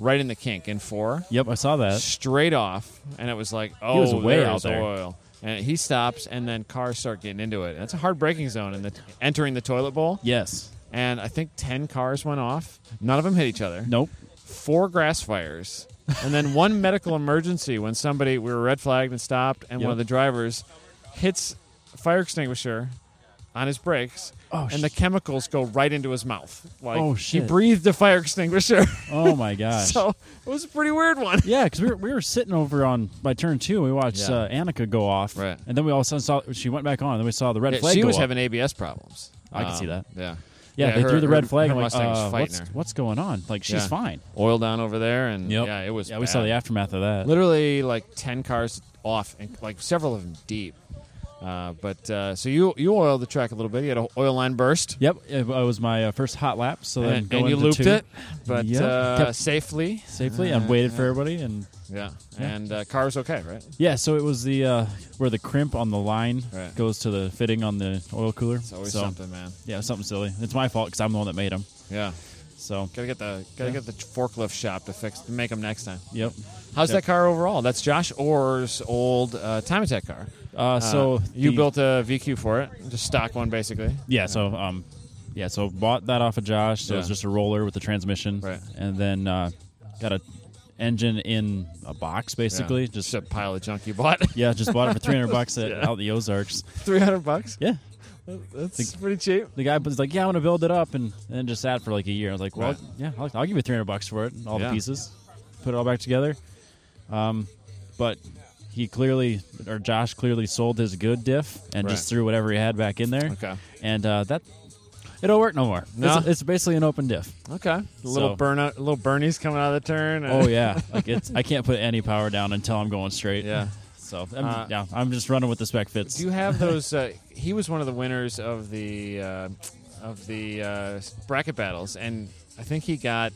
[SPEAKER 1] right in the kink in four,
[SPEAKER 7] yep, I saw that.
[SPEAKER 1] straight off, and it was like, oh,
[SPEAKER 7] was way
[SPEAKER 1] there's
[SPEAKER 7] out there.
[SPEAKER 1] oil. And he stops, and then cars start getting into it. And it's a hard braking zone, and the, entering the toilet bowl.
[SPEAKER 7] Yes.
[SPEAKER 1] And I think ten cars went off. None of them hit each other
[SPEAKER 7] Nope.
[SPEAKER 1] four grass fires, and then one medical emergency when somebody we were red flagged and stopped, and one
[SPEAKER 7] Yep.
[SPEAKER 1] of the drivers hits fire extinguisher on his brakes,
[SPEAKER 7] Oh,
[SPEAKER 1] and the
[SPEAKER 7] sh-
[SPEAKER 1] chemicals go right into his mouth. Like
[SPEAKER 7] Oh,
[SPEAKER 1] he
[SPEAKER 7] shit.
[SPEAKER 1] breathed the fire extinguisher.
[SPEAKER 7] Oh my gosh.
[SPEAKER 1] so it was a pretty weird one.
[SPEAKER 7] yeah, because we were, we were sitting over on by turn two, and we watched
[SPEAKER 1] Yeah.
[SPEAKER 7] uh, Annika go off,
[SPEAKER 1] Right.
[SPEAKER 7] And then we all of a sudden saw she went back on, and then we saw the red flag.
[SPEAKER 1] she
[SPEAKER 7] go
[SPEAKER 1] was
[SPEAKER 7] up.
[SPEAKER 1] having ABS problems. Um,
[SPEAKER 7] I can see that.
[SPEAKER 1] Yeah.
[SPEAKER 7] Yeah, they
[SPEAKER 1] her-
[SPEAKER 7] threw the red
[SPEAKER 1] her-
[SPEAKER 7] flag.
[SPEAKER 1] Her
[SPEAKER 7] I'm like,
[SPEAKER 1] Mustang was
[SPEAKER 7] uh,
[SPEAKER 1] fighting
[SPEAKER 7] what's,
[SPEAKER 1] her.
[SPEAKER 7] what's going on? Like, she's
[SPEAKER 1] Yeah.
[SPEAKER 7] fine.
[SPEAKER 1] Oil down over there, and
[SPEAKER 7] Yep.
[SPEAKER 1] yeah, it was.
[SPEAKER 7] Yeah, we saw
[SPEAKER 1] bad.
[SPEAKER 7] the aftermath of that.
[SPEAKER 1] literally like 10 cars off and like several of them deep uh, but uh, so you you oiled the track a little bit you had an oil line burst
[SPEAKER 7] Yep, it was my uh, first hot lap. So then
[SPEAKER 1] and,
[SPEAKER 7] going
[SPEAKER 1] and you
[SPEAKER 7] to
[SPEAKER 1] looped
[SPEAKER 7] two
[SPEAKER 1] it but
[SPEAKER 7] Yep.
[SPEAKER 1] uh,
[SPEAKER 7] Kept-
[SPEAKER 1] safely Uh,
[SPEAKER 7] safely and waited for everybody. And
[SPEAKER 1] yeah and uh, car was okay right
[SPEAKER 7] yeah, so it was the uh, where the crimp on the line
[SPEAKER 1] Right.
[SPEAKER 7] goes to the fitting on the oil cooler.
[SPEAKER 1] it's always
[SPEAKER 7] so,
[SPEAKER 1] something man
[SPEAKER 7] Yeah, something silly. It's my fault because I'm the one that made them.
[SPEAKER 1] yeah
[SPEAKER 7] So
[SPEAKER 1] gotta get the gotta get the forklift shop to fix to make them next time
[SPEAKER 7] yep.
[SPEAKER 1] how's
[SPEAKER 7] Yep.
[SPEAKER 1] that car overall that's josh orr's old uh, time attack car
[SPEAKER 7] Uh, so
[SPEAKER 1] Uh, you
[SPEAKER 7] the-
[SPEAKER 1] built a vq for it just stock one basically
[SPEAKER 7] yeah. So um, yeah. So bought that off of Josh. So it was
[SPEAKER 1] Yeah.
[SPEAKER 7] just a roller with the transmission,
[SPEAKER 1] Right.
[SPEAKER 7] and then uh, got a engine in a box basically.
[SPEAKER 1] Yeah.
[SPEAKER 7] Just
[SPEAKER 1] a pile of junk you bought
[SPEAKER 7] yeah, just bought it for three hundred bucks at out the Ozarks.
[SPEAKER 1] 300 bucks
[SPEAKER 7] Yeah.
[SPEAKER 1] that's pretty cheap
[SPEAKER 7] The guy was like, "Yeah, I want to build it up," and and just sat for like a year. I was like, "Well,
[SPEAKER 1] Right.
[SPEAKER 7] yeah, I'll, I'll give you three hundred bucks for it, and all
[SPEAKER 1] Yeah.
[SPEAKER 7] the pieces, put it all back together." Um, but he clearly, or Josh clearly, sold his good diff and just
[SPEAKER 1] Right.
[SPEAKER 7] threw whatever he had back in there.
[SPEAKER 1] Okay.
[SPEAKER 7] and uh, that it don't work no more.
[SPEAKER 1] No?
[SPEAKER 7] It's, it's basically an open diff.
[SPEAKER 1] Okay. A
[SPEAKER 7] So-
[SPEAKER 1] little burnout, little Bernie's coming out of the turn. and-
[SPEAKER 7] Oh yeah, like it's I can't put any power down until I'm going straight.
[SPEAKER 1] Yeah.
[SPEAKER 7] So I'm,
[SPEAKER 1] Uh,
[SPEAKER 7] yeah, I'm just running with the spec fits.
[SPEAKER 1] Do you have those? Uh, he was one of the winners of the uh, of the uh, bracket battles, and I think he got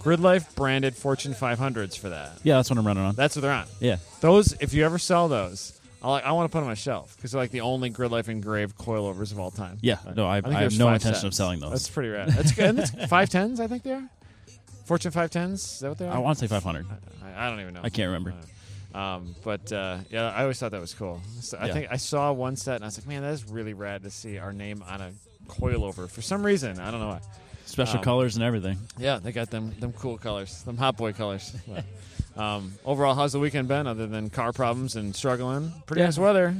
[SPEAKER 1] Grid Life branded Fortune 500s for that.
[SPEAKER 7] yeah, that's what I'm running on.
[SPEAKER 1] That's what they're on.
[SPEAKER 7] yeah.
[SPEAKER 1] Those, if you ever sell those, I like. I want to put them on my shelf because they're like the only Grid Life engraved coilovers of all time.
[SPEAKER 7] Yeah, no, I,
[SPEAKER 1] think
[SPEAKER 7] I, have
[SPEAKER 1] there's
[SPEAKER 7] no
[SPEAKER 1] five
[SPEAKER 7] intention of
[SPEAKER 1] sets.
[SPEAKER 7] selling those.
[SPEAKER 1] That's pretty rad. That's good. Five tens, I think they are. Fortune five tens. Is that what they are?
[SPEAKER 7] I want to say 500.
[SPEAKER 1] I, I don't even know.
[SPEAKER 7] I can't remember.
[SPEAKER 1] Um, but uh, yeah, I always thought that was cool. So I
[SPEAKER 7] Yeah.
[SPEAKER 1] think I saw one set and I was like, man, that is really rad to see our name on a coilover for some reason. I don't know why.
[SPEAKER 7] Special
[SPEAKER 1] Um,
[SPEAKER 7] colors and everything.
[SPEAKER 1] Yeah, they got them them cool colors, them hot boy colors. But, um, overall, how's the weekend been other than car problems and struggling? Pretty
[SPEAKER 7] Yeah.
[SPEAKER 1] nice weather.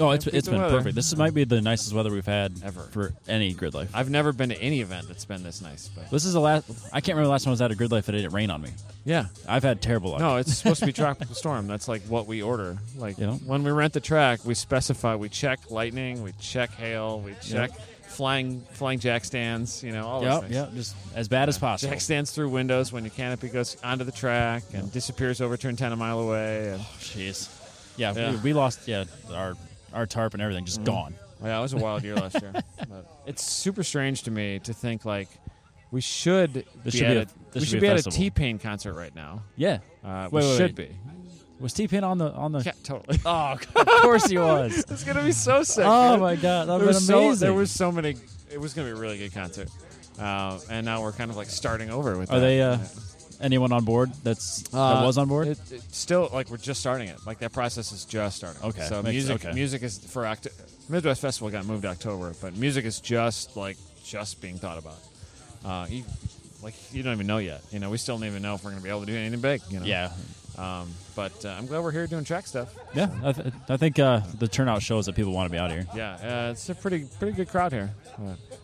[SPEAKER 7] Oh, it's
[SPEAKER 1] Can't beat
[SPEAKER 7] it's
[SPEAKER 1] the
[SPEAKER 7] been
[SPEAKER 1] weather.
[SPEAKER 7] perfect. This might be the nicest weather we've had
[SPEAKER 1] Ever.
[SPEAKER 7] for any grid life.
[SPEAKER 1] I've never been to any event that's been this nice. But
[SPEAKER 7] This is the last. I can't remember the last time I was at a grid life that it didn't rain on me.
[SPEAKER 1] yeah,
[SPEAKER 7] I've had terrible luck.
[SPEAKER 1] no, it's supposed to be tropical storm. That's like what we order. Like
[SPEAKER 7] Yeah.
[SPEAKER 1] when we rent the track, we specify we check lightning, we check hail, we check flying flying jack stands. You know all those
[SPEAKER 7] Yep,
[SPEAKER 1] things.
[SPEAKER 7] yep, just as bad as possible.
[SPEAKER 1] Jack stands through windows when your canopy goes onto the track and disappears over turn ten a mile away. And,
[SPEAKER 7] Oh, Jeez. Yeah,
[SPEAKER 1] Yeah. Mm-hmm.
[SPEAKER 7] We, we lost. Yeah, our our tarp and everything just gone.
[SPEAKER 1] yeah, it was a wild year last year. But it's super strange to me to think like we should
[SPEAKER 7] This
[SPEAKER 1] be
[SPEAKER 7] should
[SPEAKER 1] at
[SPEAKER 7] be a-
[SPEAKER 1] a,
[SPEAKER 7] this
[SPEAKER 1] we
[SPEAKER 7] should
[SPEAKER 1] should
[SPEAKER 7] be
[SPEAKER 1] be
[SPEAKER 7] a
[SPEAKER 1] at a
[SPEAKER 7] festival.
[SPEAKER 1] T Pain concert right now.
[SPEAKER 7] Yeah.
[SPEAKER 1] Uh,
[SPEAKER 7] Wait,
[SPEAKER 1] we
[SPEAKER 7] wait,
[SPEAKER 1] should
[SPEAKER 7] wait.
[SPEAKER 1] be.
[SPEAKER 7] Was T Pain on the on the?
[SPEAKER 1] Yeah, totally.
[SPEAKER 7] Oh, of course he was.
[SPEAKER 1] it's gonna be so sick.
[SPEAKER 7] oh
[SPEAKER 1] dude.
[SPEAKER 7] my god, that
[SPEAKER 1] there
[SPEAKER 7] was
[SPEAKER 1] was so
[SPEAKER 7] amazing.
[SPEAKER 1] there was so many. It was gonna be a really good concert, uh, and now we're kind of like starting over with.
[SPEAKER 7] Are
[SPEAKER 1] that.
[SPEAKER 7] they? Uh, anyone on board? That's that
[SPEAKER 1] Uh,
[SPEAKER 7] was on board.
[SPEAKER 1] It, it still like we're just starting it. Like that process is just starting.
[SPEAKER 7] Okay,
[SPEAKER 1] So
[SPEAKER 7] makes-
[SPEAKER 1] music
[SPEAKER 7] okay.
[SPEAKER 1] music is for Oct- Midwest Festival got moved to October, but music is just like just being thought about. Uh, you, like you don't even know yet. You know, we still don't even know if we're gonna be able to do anything big. You know.
[SPEAKER 7] yeah.
[SPEAKER 1] Um, but uh, I'm glad we're here doing track stuff.
[SPEAKER 7] Yeah, I, th- I think uh, the turnout shows that people want to be out here.
[SPEAKER 1] Yeah, uh, it's a pretty pretty good crowd here,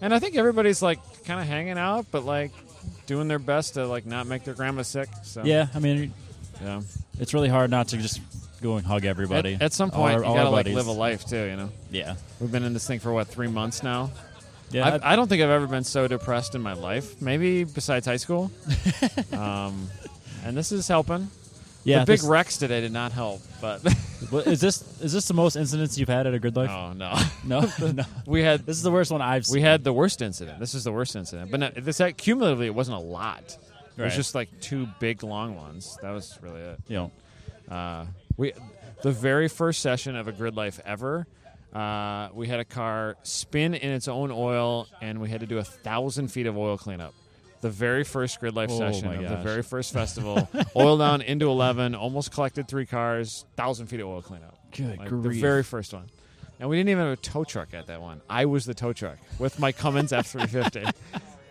[SPEAKER 1] and I think everybody's like kind of hanging out, but like doing their best to like not make their grandma sick. So
[SPEAKER 7] Yeah, I mean,
[SPEAKER 1] yeah.
[SPEAKER 7] it's really hard not to just go and hug
[SPEAKER 1] At,
[SPEAKER 7] everybody.
[SPEAKER 1] at some
[SPEAKER 7] All
[SPEAKER 1] point,
[SPEAKER 7] our-
[SPEAKER 1] you
[SPEAKER 7] all
[SPEAKER 1] gotta
[SPEAKER 7] our
[SPEAKER 1] like
[SPEAKER 7] buddies.
[SPEAKER 1] live a life too. You know,
[SPEAKER 7] Yeah,
[SPEAKER 1] we've been in this thing for what three months now,
[SPEAKER 7] Yeah,
[SPEAKER 1] I've, I don't think I've ever been so depressed in my life. Maybe besides high school. um, and this is helping.
[SPEAKER 7] yeah.
[SPEAKER 1] the big
[SPEAKER 7] this-
[SPEAKER 1] wrecks today did not help, but
[SPEAKER 7] what- is this is this the most incidents you've had at a grid life?
[SPEAKER 1] oh no,
[SPEAKER 7] No, no.
[SPEAKER 1] we had
[SPEAKER 7] This is the worst one I've seen.
[SPEAKER 1] we had the worst incident. This is the worst incident, but no, this cumulatively it wasn't a lot. It
[SPEAKER 7] Right.
[SPEAKER 1] was just like two big long ones. That was really it.
[SPEAKER 7] you know,
[SPEAKER 1] Uh, we the very first session of a grid life ever. Uh, we had a car spin in its own oil, and we had to do a thousand feet of oil cleanup. The very first grid life
[SPEAKER 7] Oh,
[SPEAKER 1] session
[SPEAKER 7] my
[SPEAKER 1] of the
[SPEAKER 7] gosh.
[SPEAKER 1] very first festival. oil down into eleven, almost collected three cars, thousand feet of oil cleanup.
[SPEAKER 7] Good
[SPEAKER 1] Like, the
[SPEAKER 7] grief.
[SPEAKER 1] very first one. And we didn't even have a tow truck at that one. I was the tow truck with my Cummins F three fifty.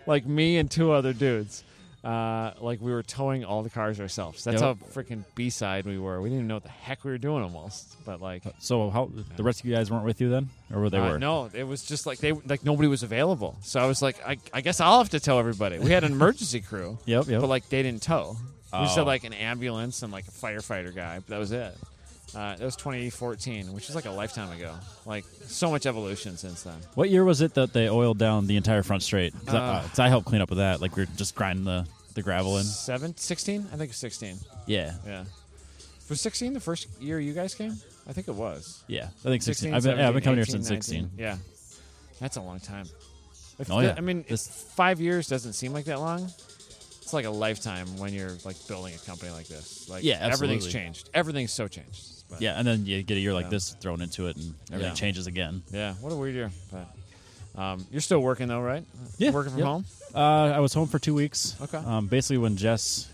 [SPEAKER 1] Like me and two other dudes. Uh, like we were towing all the cars ourselves. That's
[SPEAKER 7] Yep.
[SPEAKER 1] how freaking B side we were. We didn't even know what the heck we were doing almost. But like
[SPEAKER 7] so how the rescue guys weren't with you then, or were they?
[SPEAKER 1] uh,
[SPEAKER 7] were
[SPEAKER 1] no, it was just like they like nobody was available. So I was like, I, I guess I'll have to tow everybody. We had an emergency crew.
[SPEAKER 7] Yep, yep.
[SPEAKER 1] But like they didn't tow. We just
[SPEAKER 7] Oh.
[SPEAKER 1] had like an ambulance and like a firefighter guy. But that was it. Uh, that was 2014, which is like a lifetime ago. Like so much evolution since then.
[SPEAKER 7] What year was it that they oiled down the entire front straight? Because I,
[SPEAKER 1] Uh,
[SPEAKER 7] 'cause I helped clean up with that. Like we were just grinding the the gravel in.
[SPEAKER 1] Seven, 16? I think it was 16.
[SPEAKER 7] Yeah,
[SPEAKER 1] Yeah. Was 16 the first year you guys came? I think it was.
[SPEAKER 7] yeah. I think 16.
[SPEAKER 1] 16,
[SPEAKER 7] I've, been, yeah, I've been
[SPEAKER 1] 17,
[SPEAKER 7] coming here
[SPEAKER 1] 18,
[SPEAKER 7] since 16.
[SPEAKER 1] 19. Yeah. That's a long time. If
[SPEAKER 7] Oh,
[SPEAKER 1] the-
[SPEAKER 7] yeah.
[SPEAKER 1] I mean,
[SPEAKER 7] This-
[SPEAKER 1] five years doesn't seem like that long. It's like a lifetime when you're like building a company like this. Like
[SPEAKER 7] Yeah,
[SPEAKER 1] everything's
[SPEAKER 7] absolutely.
[SPEAKER 1] changed. Everything's so changed. But,
[SPEAKER 7] Yeah, and then you get a year like
[SPEAKER 1] Yeah.
[SPEAKER 7] this thrown into it, and everything
[SPEAKER 1] Yeah.
[SPEAKER 7] changes again.
[SPEAKER 1] Yeah. What a weird year. But um, you're still working though, right?
[SPEAKER 7] Yeah,
[SPEAKER 1] Working from
[SPEAKER 7] yep.
[SPEAKER 1] home.
[SPEAKER 7] Uh, I was home for two weeks.
[SPEAKER 1] Okay.
[SPEAKER 7] Um, basically, when Jess,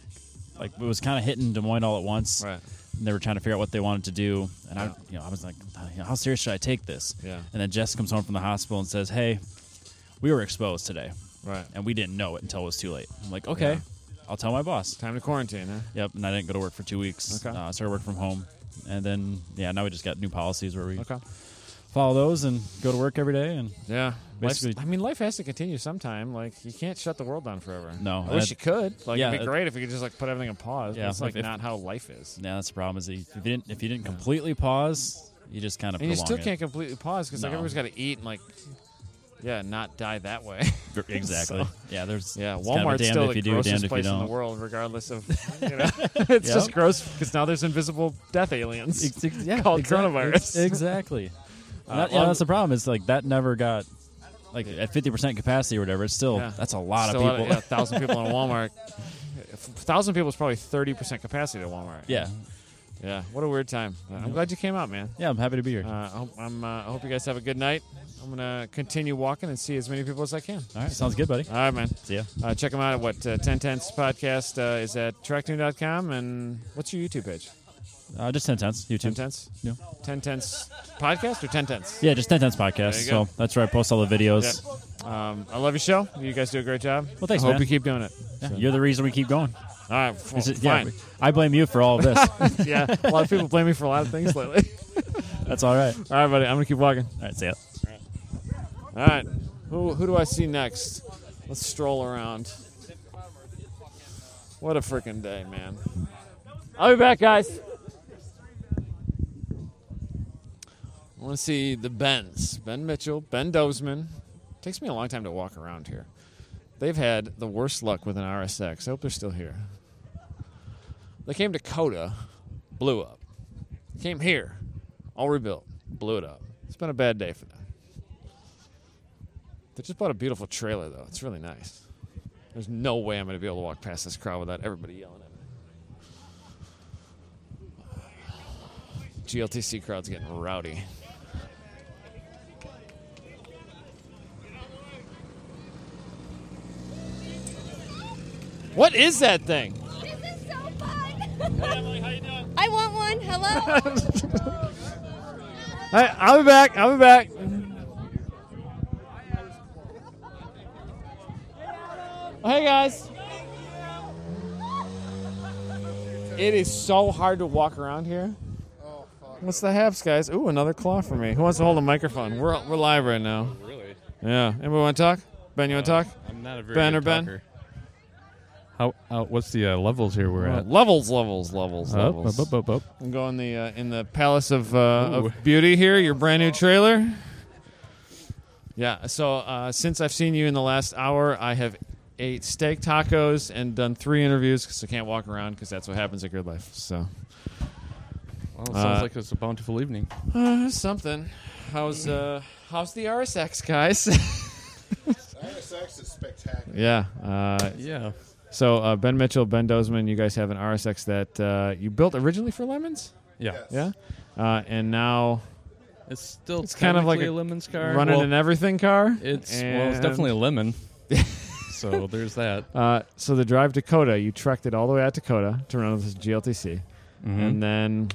[SPEAKER 7] like, it was kind of hitting Des Moines all at once.
[SPEAKER 1] Right.
[SPEAKER 7] And they were trying to figure out what they wanted to do, and I,
[SPEAKER 1] Yeah.
[SPEAKER 7] you know, I was like, how serious should I take this?
[SPEAKER 1] Yeah.
[SPEAKER 7] And then Jess comes home from the hospital and says, "Hey, we were exposed today,
[SPEAKER 1] Right.
[SPEAKER 7] and we didn't know it until it was too late." I'm like, "Okay, I'll tell my boss."
[SPEAKER 1] Time to quarantine, huh?
[SPEAKER 7] Yep, and I didn't go to work for two weeks.
[SPEAKER 1] Okay.
[SPEAKER 7] Uh, I started work from home, and then yeah, now we just got new policies where we
[SPEAKER 1] Okay.
[SPEAKER 7] follow those and go to work every day. And
[SPEAKER 1] Yeah, life's-
[SPEAKER 7] Basically-
[SPEAKER 1] I mean, life has to continue sometime. Like, you can't shut the world down forever.
[SPEAKER 7] No,
[SPEAKER 1] I wish
[SPEAKER 7] that-
[SPEAKER 1] you could. Like,
[SPEAKER 7] Yeah,
[SPEAKER 1] it'd be
[SPEAKER 7] it-
[SPEAKER 1] great if you could just like put everything on pause. Yeah,
[SPEAKER 7] Yeah,
[SPEAKER 1] it's like
[SPEAKER 7] if- if-
[SPEAKER 1] not how life is.
[SPEAKER 7] now that's the problem is that you- if you didn't if you didn't completely pause, you just kind of
[SPEAKER 1] And you
[SPEAKER 7] prolong
[SPEAKER 1] still
[SPEAKER 7] it.
[SPEAKER 1] can't completely pause because like
[SPEAKER 7] No.
[SPEAKER 1] everyone's got to eat and like, yeah, not die that way.
[SPEAKER 7] exactly.
[SPEAKER 1] So-
[SPEAKER 7] Yeah, there's
[SPEAKER 1] yeah,
[SPEAKER 7] it's kind of a
[SPEAKER 1] Walmart's
[SPEAKER 7] damned
[SPEAKER 1] still
[SPEAKER 7] if
[SPEAKER 1] the
[SPEAKER 7] you do,
[SPEAKER 1] grossest
[SPEAKER 7] damned if you
[SPEAKER 1] place in
[SPEAKER 7] don't.
[SPEAKER 1] the world, regardless of you know, it's
[SPEAKER 7] Yep.
[SPEAKER 1] just gross because now there's invisible death aliens.
[SPEAKER 7] Ex- ex- yeah,
[SPEAKER 1] called
[SPEAKER 7] exact-
[SPEAKER 1] coronavirus. Uh,
[SPEAKER 7] ex- Exactly. And that- yeah,
[SPEAKER 1] well,
[SPEAKER 7] that's the problem. Is like that never got like at fifty percent capacity or whatever. It's still
[SPEAKER 1] Yeah.
[SPEAKER 7] Oh, that's a lot
[SPEAKER 1] Still
[SPEAKER 7] of people.
[SPEAKER 1] yeah, thousand people in Walmart. thousand people is probably thirty percent capacity at Walmart.
[SPEAKER 7] yeah.
[SPEAKER 1] yeah. What a weird time. Uh, I'm glad you came out, man.
[SPEAKER 7] yeah, I'm happy to be here.
[SPEAKER 1] Uh, I, hope, I'm, uh, I hope you guys have a good night. I'm going to continue walking and see as many people as I can.
[SPEAKER 7] All right, sounds good, buddy.
[SPEAKER 1] All right, man.
[SPEAKER 7] See ya.
[SPEAKER 1] Uh, check them out at what uh, 1010's podcast uh, is at tracknoon.com. And what's your YouTube page?
[SPEAKER 7] Uh, just ten tenths. YouTube.
[SPEAKER 1] 1010's?
[SPEAKER 7] Yeah.
[SPEAKER 1] 1010's podcast or 1010's?
[SPEAKER 7] Yeah, just ten tenths podcast.
[SPEAKER 1] There you go.
[SPEAKER 7] So that's where I post all the videos.
[SPEAKER 1] Um, I love your show. You guys do a great job.
[SPEAKER 7] Well, thanks,
[SPEAKER 1] I hope
[SPEAKER 7] man.
[SPEAKER 1] you keep doing it. So-
[SPEAKER 7] You're the reason we keep going.
[SPEAKER 1] All right. f-
[SPEAKER 7] Is it- yeah,
[SPEAKER 1] fine.
[SPEAKER 7] I blame you for all of this.
[SPEAKER 1] Yeah, A lot of people blame me for a lot of things lately.
[SPEAKER 7] that's all right.
[SPEAKER 1] All right, buddy. I'm going to keep walking.
[SPEAKER 7] All right, see ya.
[SPEAKER 1] All right. Who who do I see next? Let's stroll around. What a freaking day, man. I'll be back, guys. I want to see the Bens. Ben Mitchell, Ben Dozeman. Takes me a long time to walk around here. They've had the worst luck with an RSX. I hope they're still here. They came to Coda, blew up. Came here, all rebuilt, blew it up. It's been a bad day for them. They just bought a beautiful trailer, though. It's really nice. There's no way I'm going to be able to walk past this crowd without everybody yelling at me. GLTC crowd's getting rowdy. What is that thing?
[SPEAKER 8] This is so fun. I want one. Hello.
[SPEAKER 1] Hey, I'll be back. I'll be back. Hey guys. It is so hard to walk around here. What's the haps, guys? Ooh, another claw for me. Who wants to hold a microphone? We're, we're live right now.
[SPEAKER 9] Really? Uh,
[SPEAKER 1] Yeah. Anybody want to talk? Ben, you want to talk?
[SPEAKER 9] I'm not a very
[SPEAKER 1] Ben
[SPEAKER 9] good
[SPEAKER 1] or Ben?
[SPEAKER 9] talker. How, how? What's the uh, levels here we're at?
[SPEAKER 1] Levels, levels, levels,
[SPEAKER 9] Up,
[SPEAKER 1] levels.
[SPEAKER 9] up, up, up, up.
[SPEAKER 1] I'm going the uh, in the Palace of, uh,
[SPEAKER 9] Ooh.
[SPEAKER 1] of Beauty here. Your brand new trailer. Yeah. So uh, since I've seen you in the last hour, I have ate steak tacos and done three interviews because I can't walk around because that's what happens at Grid Life. So
[SPEAKER 9] Well, it sounds
[SPEAKER 1] Uh,
[SPEAKER 9] like it's a bountiful evening.
[SPEAKER 1] uh, something. How's uh how's the RSX guys?
[SPEAKER 10] RSX is spectacular.
[SPEAKER 1] yeah. Uh,
[SPEAKER 9] Yeah.
[SPEAKER 1] So uh, Ben Mitchell, Ben Dozeman, you guys have an RSX that uh, you built originally for lemons.
[SPEAKER 9] Yeah.
[SPEAKER 1] Yeah. Uh, and now
[SPEAKER 9] It's still
[SPEAKER 1] it's kind of like
[SPEAKER 9] technically a lemon's car.
[SPEAKER 1] running
[SPEAKER 9] Well,
[SPEAKER 1] an everything car.
[SPEAKER 9] It's well, it's
[SPEAKER 1] And-
[SPEAKER 9] definitely a lemon. so there's that.
[SPEAKER 1] Uh, so the drive Dakota, you trekked it all the way out Dakota to run this GLTC,
[SPEAKER 9] Mhm.
[SPEAKER 1] and then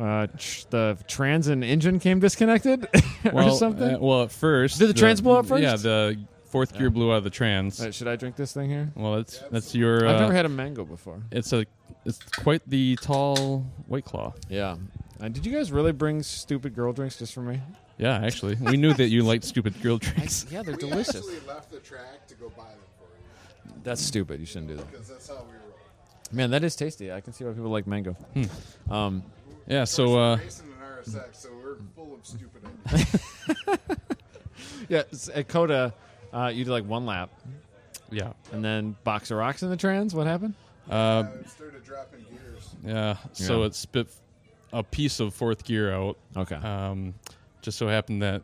[SPEAKER 1] uh, tr- the trans and engine came disconnected or
[SPEAKER 9] Well,
[SPEAKER 1] something.
[SPEAKER 9] uh, well, at first,
[SPEAKER 1] Did the trans blow up first?
[SPEAKER 9] Yeah, the fourth gear blew out of the trans.
[SPEAKER 1] Uh, should I drink this thing here?
[SPEAKER 9] Well, that's that's your.
[SPEAKER 1] I've
[SPEAKER 9] uh,
[SPEAKER 1] never had a mango before.
[SPEAKER 9] It's a it's quite the tall white claw.
[SPEAKER 1] Yeah. Uh, did you guys really bring stupid girl drinks just for me?
[SPEAKER 9] Yeah, actually, we knew that you liked stupid girl drinks.
[SPEAKER 1] yeah, they're
[SPEAKER 10] we
[SPEAKER 1] delicious.
[SPEAKER 10] actually left the track to go buy them for you
[SPEAKER 1] That's stupid. You shouldn't do that.
[SPEAKER 10] because that's how we roll.
[SPEAKER 1] Man, that is tasty. I can see why people like mango. Um,
[SPEAKER 9] Hmm. Yeah, so uh,
[SPEAKER 10] Jason and RSX, so we're full of stupid ideas.
[SPEAKER 1] yeah, s- at Coda, uh, you did like one lap,
[SPEAKER 9] yeah,
[SPEAKER 1] and then box of rocks in the trans. What happened?
[SPEAKER 9] uh,
[SPEAKER 10] Uh, it started dropping gears.
[SPEAKER 9] yeah. So
[SPEAKER 1] Yeah.
[SPEAKER 9] it spit a piece of fourth gear out.
[SPEAKER 1] Okay.
[SPEAKER 9] Um, just so happened that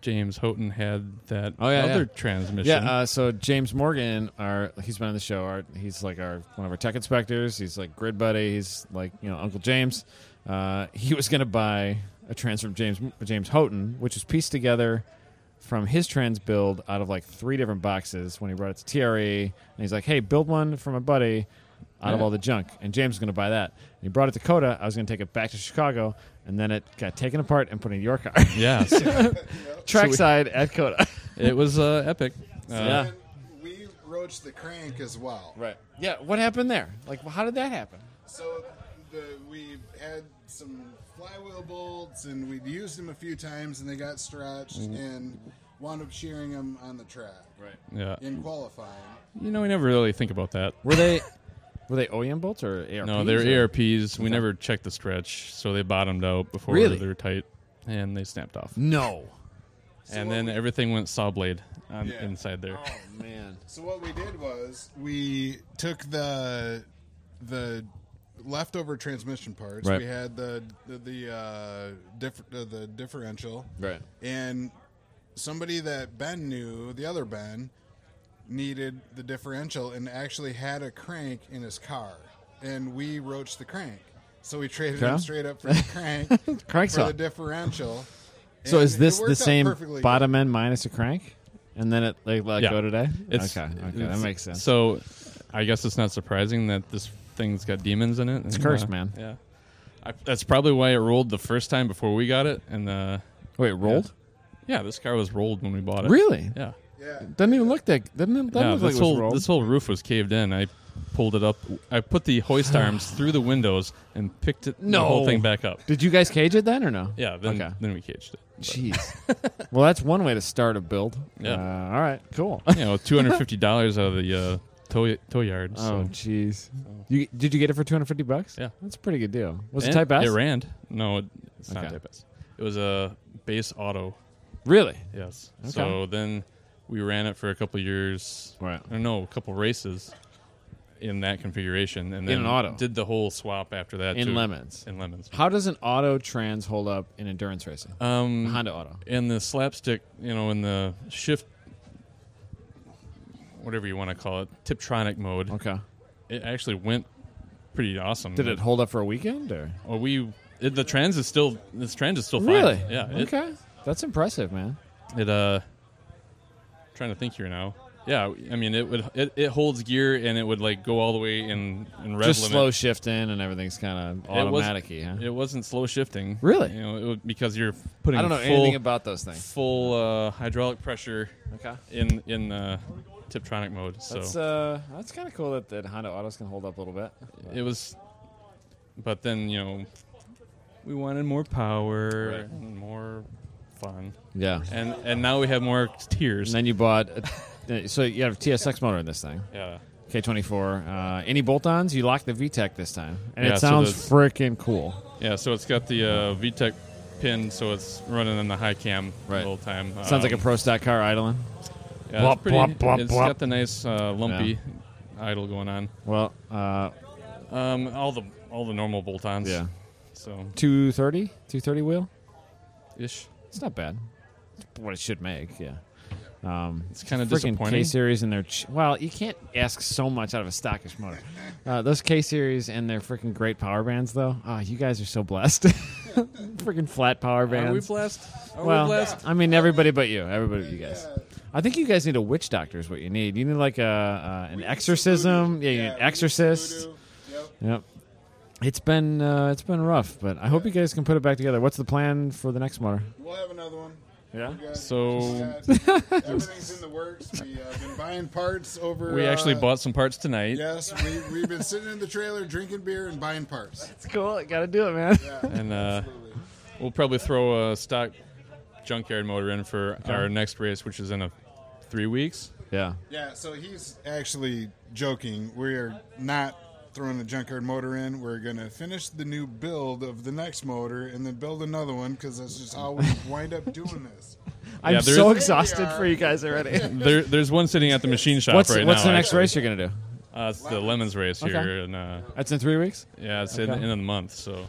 [SPEAKER 9] James Houghton had that
[SPEAKER 1] Oh, yeah,
[SPEAKER 9] other
[SPEAKER 1] yeah.
[SPEAKER 9] transmission.
[SPEAKER 1] Yeah, uh, so James Morgan, our he's been on the show. Our, he's like our one of our tech inspectors. He's like grid buddy. He's like you know Uncle James. Uh, he was gonna buy a trans from James James Houghton, which was pieced together from his trans build out of like three different boxes when he brought it to TRE. And he's like, hey, build one from a buddy out of
[SPEAKER 9] Yeah.
[SPEAKER 1] all the junk. And James was gonna buy that. And he brought it to Coda. I was gonna take it back to Chicago, and then it got taken apart and put in your car,
[SPEAKER 9] yeah, so
[SPEAKER 1] trackside at Coda.
[SPEAKER 9] it was uh, epic. Uh,
[SPEAKER 1] yeah.
[SPEAKER 10] And we roached the crank as well.
[SPEAKER 1] Right. Yeah. What happened there? Like, how did that happen?
[SPEAKER 10] So the, we had some flywheel bolts, and we'd used them a few times, and they got stretched, and wound up shearing them on the track
[SPEAKER 1] Mm. Right.
[SPEAKER 9] yeah.
[SPEAKER 10] in qualifying.
[SPEAKER 9] You know, we never really think about that.
[SPEAKER 1] uh, Were they were they OEM bolts or ARPs?
[SPEAKER 9] No, they're
[SPEAKER 1] or-
[SPEAKER 9] ARPs. We never checked the stretch, so they bottomed out before
[SPEAKER 1] Really?
[SPEAKER 9] they were tight, and they snapped off.
[SPEAKER 1] No.
[SPEAKER 9] and
[SPEAKER 10] what
[SPEAKER 9] then
[SPEAKER 10] we-
[SPEAKER 9] everything went saw blade on,
[SPEAKER 10] Yeah. Oh,
[SPEAKER 9] inside there.
[SPEAKER 1] Oh, Man.
[SPEAKER 10] So what we did was we took the the leftover transmission parts.
[SPEAKER 1] Right.
[SPEAKER 10] We had the the, the uh, diff- uh, the differential.
[SPEAKER 1] Right.
[SPEAKER 10] And somebody that Ben knew, the other Ben, needed the differential and actually had a crank in his car, and we roached the crank. So we traded
[SPEAKER 1] Okay.
[SPEAKER 10] him straight up for the crank
[SPEAKER 1] Crank
[SPEAKER 10] for
[SPEAKER 1] saw.
[SPEAKER 10] the differential.
[SPEAKER 1] So
[SPEAKER 10] And
[SPEAKER 1] is
[SPEAKER 10] it
[SPEAKER 1] this the
[SPEAKER 10] worked out
[SPEAKER 1] same
[SPEAKER 10] perfectly good.
[SPEAKER 1] bottom end minus a crank, and then it like let
[SPEAKER 9] Yeah.
[SPEAKER 1] go today?
[SPEAKER 9] It's-
[SPEAKER 1] okay. Okay, that
[SPEAKER 9] it's-
[SPEAKER 1] makes sense.
[SPEAKER 9] So, I guess it's not surprising that this thing's got demons in it. It's
[SPEAKER 1] cursed, man.
[SPEAKER 9] Yeah, I, that's probably why it rolled the first time before we got it, and uh,
[SPEAKER 1] Wait, it rolled?
[SPEAKER 9] yeah, this car was rolled when we bought it.
[SPEAKER 1] Really?
[SPEAKER 9] Yeah.
[SPEAKER 10] Yeah.
[SPEAKER 1] Doesn't even look that. Doesn't it, doesn't
[SPEAKER 9] yeah,
[SPEAKER 1] look
[SPEAKER 9] this
[SPEAKER 1] like it was
[SPEAKER 9] whole
[SPEAKER 1] rolled.
[SPEAKER 9] this whole roof was caved in. I pulled it up. I put the hoist arms through the windows and picked it the
[SPEAKER 1] No.
[SPEAKER 9] whole thing back up.
[SPEAKER 1] Did you guys cage it then or no?
[SPEAKER 9] Yeah, then
[SPEAKER 1] okay.
[SPEAKER 9] then we caged it. But,
[SPEAKER 1] Jeez. well, that's one way to start a build.
[SPEAKER 9] Yeah.
[SPEAKER 1] Uh, all right. Cool.
[SPEAKER 9] you know, two hundred fifty dollars out of the uh, tow tow yard.
[SPEAKER 1] Oh,
[SPEAKER 9] So.
[SPEAKER 1] jeez. You did you get it for two hundred fifty bucks?
[SPEAKER 9] Yeah.
[SPEAKER 1] that's a pretty good deal. Was it
[SPEAKER 9] And
[SPEAKER 1] Type S?
[SPEAKER 9] It ran. No, it, it's not
[SPEAKER 1] Okay.
[SPEAKER 9] Type S. It was a base auto.
[SPEAKER 1] Really?
[SPEAKER 9] Yes.
[SPEAKER 1] Okay.
[SPEAKER 9] So then we ran it for a couple years.
[SPEAKER 1] Right.
[SPEAKER 9] Or no, a couple races in that configuration, and
[SPEAKER 1] In
[SPEAKER 9] then
[SPEAKER 1] an auto.
[SPEAKER 9] did the whole swap after that
[SPEAKER 1] In
[SPEAKER 9] to-
[SPEAKER 1] lemons.
[SPEAKER 9] In lemons.
[SPEAKER 1] How does an auto trans hold up in endurance racing?
[SPEAKER 9] Um,
[SPEAKER 1] Honda Auto.
[SPEAKER 9] in the slapstick, you know, in the shift, whatever you want to call it, tiptronic mode,
[SPEAKER 1] Okay.
[SPEAKER 9] it actually went pretty awesome.
[SPEAKER 1] Did it hold up for a weekend or?
[SPEAKER 9] Well, we it, the trans is still this trans is still fine.
[SPEAKER 1] Really?
[SPEAKER 9] Yeah. it-
[SPEAKER 1] Okay. That's impressive, man.
[SPEAKER 9] It uh, trying to think here now. Yeah, I mean it would it, it holds gear and it would like go all the way in in rev
[SPEAKER 1] Just
[SPEAKER 9] limit.
[SPEAKER 1] slow shifting and everything's kind of
[SPEAKER 9] It wasn't-
[SPEAKER 1] automatic huh?
[SPEAKER 9] It wasn't slow shifting.
[SPEAKER 1] Really?
[SPEAKER 9] You know, it would, because you're putting
[SPEAKER 1] I don't know
[SPEAKER 9] full,
[SPEAKER 1] anything about those things.
[SPEAKER 9] full uh, hydraulic pressure
[SPEAKER 1] Okay.
[SPEAKER 9] in in uh, tiptronic mode. So
[SPEAKER 1] That's uh, that's kind of cool that, that Honda autos can hold up a little bit.
[SPEAKER 9] it was, but then you know, we wanted more power
[SPEAKER 1] Right.
[SPEAKER 9] and more fun,
[SPEAKER 1] Yeah.
[SPEAKER 9] and and now we have more
[SPEAKER 1] And
[SPEAKER 9] tiers.
[SPEAKER 1] then you bought, a, uh, so you have a TSX motor in this thing.
[SPEAKER 9] Yeah.
[SPEAKER 1] K24. Uh, any bolt-ons? You locked the VTEC this time, and
[SPEAKER 9] Yeah,
[SPEAKER 1] it
[SPEAKER 9] so
[SPEAKER 1] sounds
[SPEAKER 9] those-
[SPEAKER 1] freaking cool.
[SPEAKER 9] Yeah, so it's got the uh, VTEC pinned, so it's running in the high cam the whole time.
[SPEAKER 1] Sounds like a
[SPEAKER 9] Um,
[SPEAKER 1] pro stock car idling.
[SPEAKER 9] Yeah, it's pretty, it's got the nice uh, lumpy idle going on.
[SPEAKER 1] Well, uh,
[SPEAKER 9] um, all the all the normal bolt-ons.
[SPEAKER 1] Yeah.
[SPEAKER 9] So
[SPEAKER 1] 230, 230 wheel.
[SPEAKER 9] ish.
[SPEAKER 1] It's not bad. It's what it should make. Yeah. Um, it's
[SPEAKER 9] kinda disappointing.
[SPEAKER 1] K series and their ch- well, you can't ask so much out of a stockish motor. Uh, those K series and their freaking great power bands, though. Ah, you guys are so blessed. freaking flat power bands.
[SPEAKER 9] we blessed? Are we
[SPEAKER 1] well,
[SPEAKER 9] blessed?
[SPEAKER 1] I mean, everybody but you. Everybody but you guys. I think you guys need a witch doctor. Is what you need. You need like a uh, an exorcism. Yeah, you need an exorcist. Yep. It's been uh, it's been rough, but I hope you guys can put it back together. What's the plan for the next motor?
[SPEAKER 10] We'll have another one.
[SPEAKER 1] Yeah.
[SPEAKER 9] So
[SPEAKER 10] Just, uh, everything's in the works. We've uh, been buying parts over.
[SPEAKER 9] we actually
[SPEAKER 10] uh,
[SPEAKER 9] bought some parts tonight.
[SPEAKER 10] Yes, we, we've been sitting in the trailer drinking beer and buying parts. That's
[SPEAKER 1] cool. Got to do it, man.
[SPEAKER 9] and uh, we'll probably throw a stock junkyard motor in for
[SPEAKER 10] Okay.
[SPEAKER 9] our next race, which is in a three weeks.
[SPEAKER 1] Yeah.
[SPEAKER 10] Yeah, so he's actually joking. We are not throwing the junkyard motor in. We're going to finish the new build of the next motor and then build another one because that's just how we wind up doing this.
[SPEAKER 1] I'm
[SPEAKER 9] Yeah, there's-
[SPEAKER 1] so exhausted for you guys already.
[SPEAKER 9] there, there's one sitting at the machine shop
[SPEAKER 1] What's-
[SPEAKER 9] right
[SPEAKER 1] what's
[SPEAKER 9] now.
[SPEAKER 1] the next
[SPEAKER 9] actually.
[SPEAKER 1] race you're gonna do?
[SPEAKER 9] Uh, it's the lemons race
[SPEAKER 1] Okay.
[SPEAKER 9] here, and uh,
[SPEAKER 1] That's in three weeks.
[SPEAKER 9] yeah, it's in
[SPEAKER 1] Okay.
[SPEAKER 9] in the month. So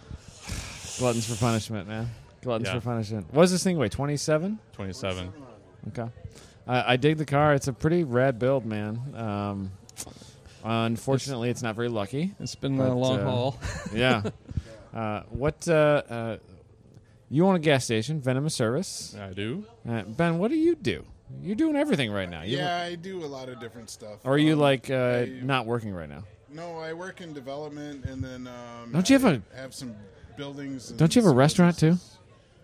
[SPEAKER 1] Gluttons for punishment, man. Gluttons
[SPEAKER 9] Yeah.
[SPEAKER 1] for punishment. What does this thing weigh? Twenty seven.
[SPEAKER 9] 27.
[SPEAKER 1] Okay. I I dig the car. It's a pretty rad build, man. Um, unfortunately, it's, not very lucky. uh,
[SPEAKER 9] It's been a long haul.
[SPEAKER 1] yeah. Uh, what? Uh, uh, you own a gas station, Venomous Service.
[SPEAKER 9] I do.
[SPEAKER 1] Uh, ben, what do you do? You're doing everything right now. You-
[SPEAKER 10] yeah, I do a lot of different stuff.
[SPEAKER 1] Or are you
[SPEAKER 10] Um,
[SPEAKER 1] like uh,
[SPEAKER 10] I-
[SPEAKER 1] not working right now?
[SPEAKER 10] No, I work in development, and then um,
[SPEAKER 1] Don't you
[SPEAKER 10] I
[SPEAKER 1] have
[SPEAKER 10] a have some buildings? and
[SPEAKER 1] Don't you have a
[SPEAKER 10] some-
[SPEAKER 1] restaurant too?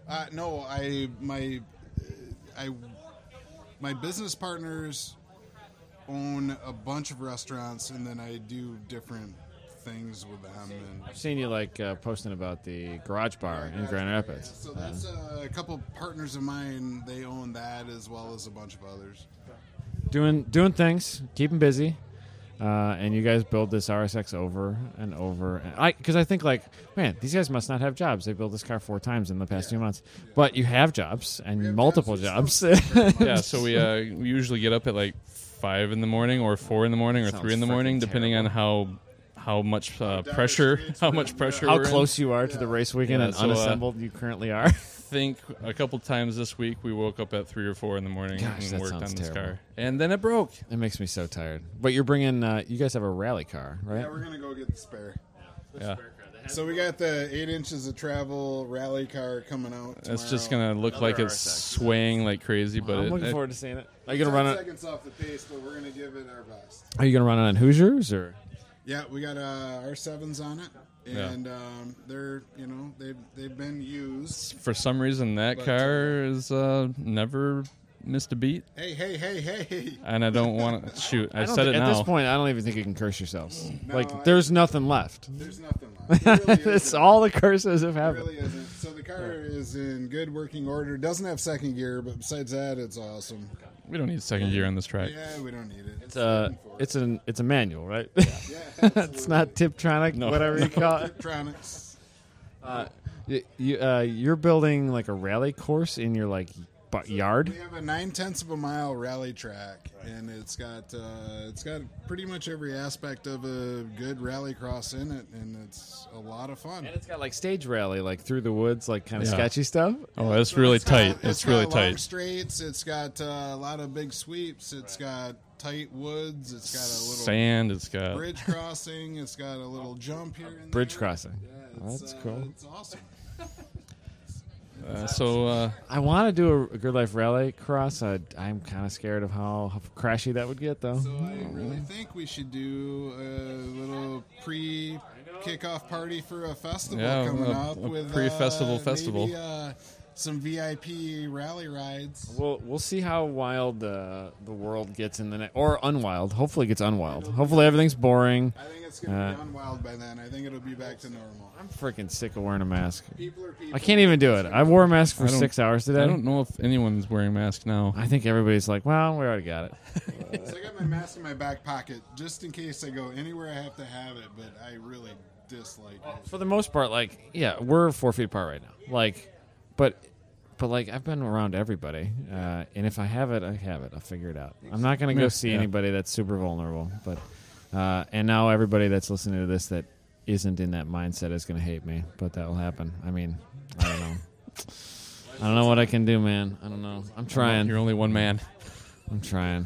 [SPEAKER 10] Uh, no, I my I my business partners own a bunch of restaurants, and then I do different things with them. And
[SPEAKER 1] I've seen you like uh, posting about the garage bar in Grand Rapids.
[SPEAKER 10] so
[SPEAKER 1] Uh,
[SPEAKER 10] that's uh, a couple partners of mine. They own that as well as a bunch of others.
[SPEAKER 1] doing doing things, keeping busy, uh, and you guys build this RSX over and over. And I because I think like, man, these guys must not have jobs. They built this car four times in the past few months, but you have jobs and multiple jobs.
[SPEAKER 9] yeah, so we uh, we usually get up at like five in the morning, or four in the morning, or
[SPEAKER 1] Sounds
[SPEAKER 9] three in the morning, depending on how how much uh, pressure how much pressure
[SPEAKER 1] How
[SPEAKER 9] we're in.
[SPEAKER 1] close you are to the race weekend
[SPEAKER 9] Yeah,
[SPEAKER 1] and
[SPEAKER 9] so, uh,
[SPEAKER 1] unassembled you currently are.
[SPEAKER 9] think a couple times this week we woke up at three or four in the morning
[SPEAKER 1] Gosh,
[SPEAKER 9] and
[SPEAKER 1] that
[SPEAKER 9] worked on
[SPEAKER 1] sounds
[SPEAKER 9] this
[SPEAKER 1] terrible.
[SPEAKER 9] car. And then it broke.
[SPEAKER 1] It makes me so tired. But you're bringing. Uh, you guys have a rally car, right?
[SPEAKER 10] Yeah, we're gonna go get the spare.
[SPEAKER 9] Yeah.
[SPEAKER 10] So we got the eight inches of travel rally car coming out.
[SPEAKER 9] It's just
[SPEAKER 10] tomorrow.
[SPEAKER 9] gonna look like it's swaying like crazy, but
[SPEAKER 1] I'm
[SPEAKER 9] it,
[SPEAKER 1] looking
[SPEAKER 9] it-
[SPEAKER 1] forward to seeing it. Are you gonna run
[SPEAKER 10] 10
[SPEAKER 1] it?
[SPEAKER 10] Seconds off the pace, but we're gonna give it our best.
[SPEAKER 1] Are you gonna run it on Hoosiers or?
[SPEAKER 10] Yeah, we got uh, our sevens on it,
[SPEAKER 9] Yeah.
[SPEAKER 10] and um, they're you know they've they've been used.
[SPEAKER 9] for some reason that
[SPEAKER 10] But,
[SPEAKER 9] car is uh, never missed a beat,
[SPEAKER 10] Hey hey hey hey!
[SPEAKER 9] and I don't want to shoot. I,
[SPEAKER 1] don't
[SPEAKER 9] said
[SPEAKER 1] thi-
[SPEAKER 9] it
[SPEAKER 1] at
[SPEAKER 9] now.
[SPEAKER 1] this point. I don't even think you can curse yourselves.
[SPEAKER 10] No,
[SPEAKER 1] like
[SPEAKER 10] I-
[SPEAKER 1] there's nothing left.
[SPEAKER 10] There's nothing left. It really
[SPEAKER 1] it's
[SPEAKER 10] isn't.
[SPEAKER 1] all the curses have
[SPEAKER 10] It
[SPEAKER 1] happened.
[SPEAKER 10] really isn't. So the car is in good working order. Doesn't have second gear, but besides that, it's awesome.
[SPEAKER 9] we don't need second gear on this track.
[SPEAKER 10] Yeah, we don't need it.
[SPEAKER 1] It's a it's an it's a manual, right? Yeah, it's not Tiptronic,
[SPEAKER 9] No.
[SPEAKER 1] whatever you call it.
[SPEAKER 10] Electronics.
[SPEAKER 1] Uh, y- you uh, you're building like a rally course in your like bu- yard.
[SPEAKER 10] We have a nine tenths of a mile rally track, and it's got uh, it's got pretty much every aspect of a good rally cross in it, and it's a lot of fun.
[SPEAKER 1] And it's got like stage rally, like through the woods, like kind of
[SPEAKER 9] Yeah.
[SPEAKER 1] sketchy stuff.
[SPEAKER 9] Oh, it's really tight. It's,
[SPEAKER 10] got
[SPEAKER 9] really
[SPEAKER 10] long
[SPEAKER 9] tight.
[SPEAKER 10] Straights. It's got uh, a lot of big sweeps. It's got tight woods. It's got a little
[SPEAKER 9] Sand. It's got
[SPEAKER 10] bridge crossing. It's got a little jump here. And
[SPEAKER 1] Bridge
[SPEAKER 10] there.
[SPEAKER 1] crossing.
[SPEAKER 10] Yeah,
[SPEAKER 1] Oh,
[SPEAKER 10] it's,
[SPEAKER 1] that's
[SPEAKER 10] uh,
[SPEAKER 1] cool.
[SPEAKER 10] It's awesome.
[SPEAKER 9] Uh, so uh,
[SPEAKER 1] I want to do a, a good life rally cross. I, I'm kind of scared of how, how crashy that would get, though.
[SPEAKER 10] So I really think we should do a little pre kickoff party for a festival
[SPEAKER 9] Yeah,
[SPEAKER 10] coming
[SPEAKER 9] a-
[SPEAKER 10] up
[SPEAKER 9] a
[SPEAKER 10] with
[SPEAKER 9] pre-festival
[SPEAKER 10] uh,
[SPEAKER 9] festival.
[SPEAKER 10] maybe, uh, some VIP rally rides.
[SPEAKER 1] We'll we'll see how wild uh, the world gets in the next, or unwild. Hopefully, it gets unwild. Hopefully, everything's boring. Uh,
[SPEAKER 10] I think it's going to be on wild by then. I think it'll be back to normal.
[SPEAKER 1] I'm freaking sick of wearing a mask.
[SPEAKER 10] People are people.
[SPEAKER 1] I can't even do it. I wore a mask
[SPEAKER 9] I
[SPEAKER 1] for
[SPEAKER 9] don't-
[SPEAKER 1] six hours today.
[SPEAKER 9] I don't know if anyone's wearing masks now.
[SPEAKER 1] I think everybody's like, well, we already got it.
[SPEAKER 10] So I got my mask in my back pocket just in case I go anywhere. I have to have it, but I really dislike it.
[SPEAKER 1] For the most part, like, yeah, we're four feet apart right now. Like, but but like I've been around everybody, uh, and if I have it, I have it. I'll figure it out. I'm not gonna
[SPEAKER 7] Yeah.
[SPEAKER 1] go see
[SPEAKER 7] Yeah.
[SPEAKER 1] anybody that's super vulnerable, but uh, and now everybody that's listening to this that isn't in that mindset is gonna hate me. But that will happen. I mean, I don't know. I don't know what I can do, man. I don't know. I'm trying.
[SPEAKER 9] You're only one man.
[SPEAKER 1] I'm trying.